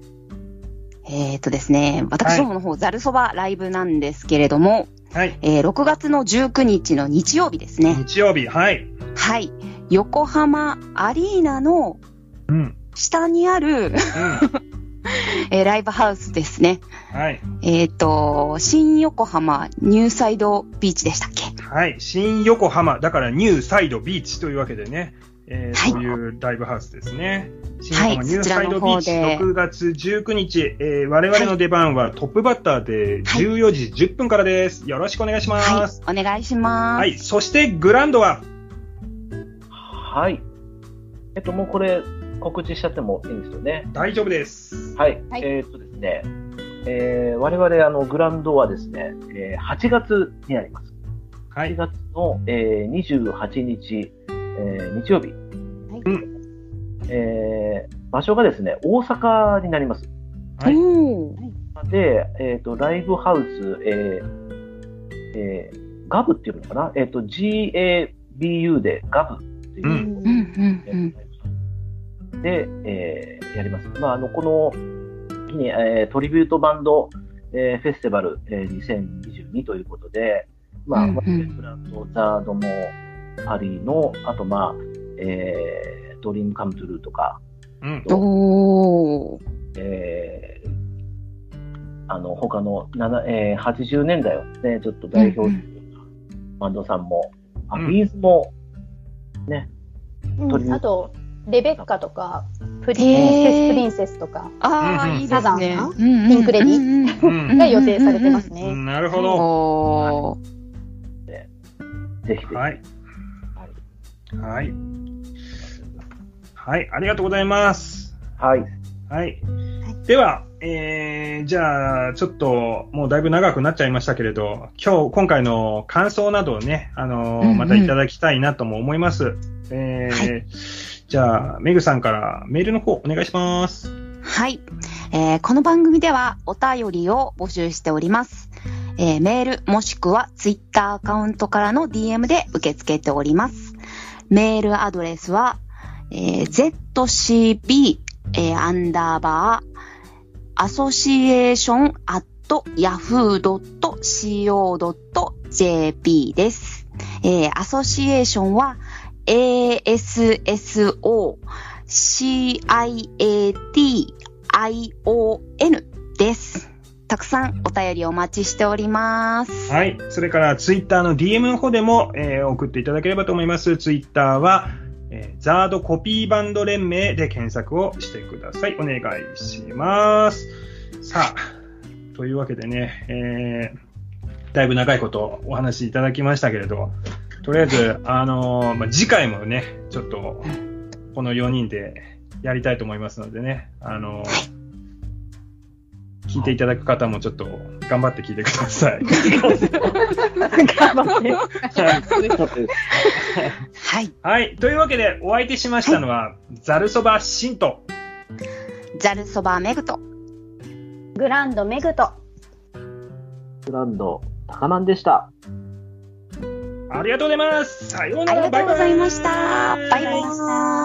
えっ、とですね、私どもの方、ざるそばライブなんですけれども、はい、えー6月の19日の日曜日ですね。日曜日、はい。はい。横浜アリーナのうん、 うん、下にあはる、 えーライブハウスですね。い。えっ、と、新横浜ニューサイドビーチでしたっけはい、新横浜、だからニューサイドビーチというわけでね、えーはいそういうライブハウスですね。新はい横浜ニューサイドビーチ、そちらの方で6月19日、えー我々の出番はトップバッターではい14時10分からです。よろしくお願いしまはす。い。お願いします。はい、そしてグランドは、はい。えっと、もうこれ、告知しちゃってもいいんですよね。大丈夫です。はい。はいえっとですね、えー、我々、あの、グランドはですね、えー8月になります。は8い、月の、えー、28日、えー日曜日。いえー場所がですね、大阪になります。はいおーで、えっ、と、ライブハウス、えーえーガブっていうのかなえっ、と、GABU でガブっていう、ううんうんうん。で、えーやります。まあ、あの、この日に、えートリビュートバンド、えーフェスティバル、えー2022ということで、まうあ、んうんワンテンプラント、ザードも、パリの、あと、まあ、えードリームカムトゥルーとか、うん、おーえーあの、他の7、えー80年代をね、ちょっと代表するバンドさんも、あ、うんビーズも、うんあと、レベッカとか、プリンへセースプリンセスとかああ、うんうんいいですね。サザンうんうんうんピンクレディうんうんうんが予定されてますね。なるほど。おーぜひぜひ。はい。はい。はい、ありがとうございます。 はい。はい。では、えー、じゃあ、ちょっと、もうだいぶ長くなっちゃいましたけれど、今日、今回の感想などをね、あのーうんうんまたいただきたいなとも思います。えーじゃあ、メグさんからメールの方、お願いします。はい、えーこの番組ではお便りを募集しております。えーメールもしくはツイッターアカウントからの DM で受け付けております。メールアドレスは、えー zcb、えーアンダーバーアソシエーションアット yahoo.co.jp です。えーアソシエーションは ASSO CIATION です。たくさんお便りお待ちしております。はい。それから、ツイッターの DM の方でも、えー送っていただければと思います。ツイッターは、えーザードコピーバンド連盟で検索をしてください。お願いします。さあ、というわけでね、えーだいぶ長いことお話しいただきましたけれど、とりあえず、あのーまあ、次回もね、ちょっと、この4人でやりたいと思いますのでね、あのー聞いていただく方もちょっと頑張って聞いてください。頑張って。 はい。はい。というわけで、お相手しましたのは、ざるそばしんと。ざるそばめぐと。グランドメグと。グランド、高南でした。ありがとうございます。さようあなりら。がとうございましバた。イババイイバイ。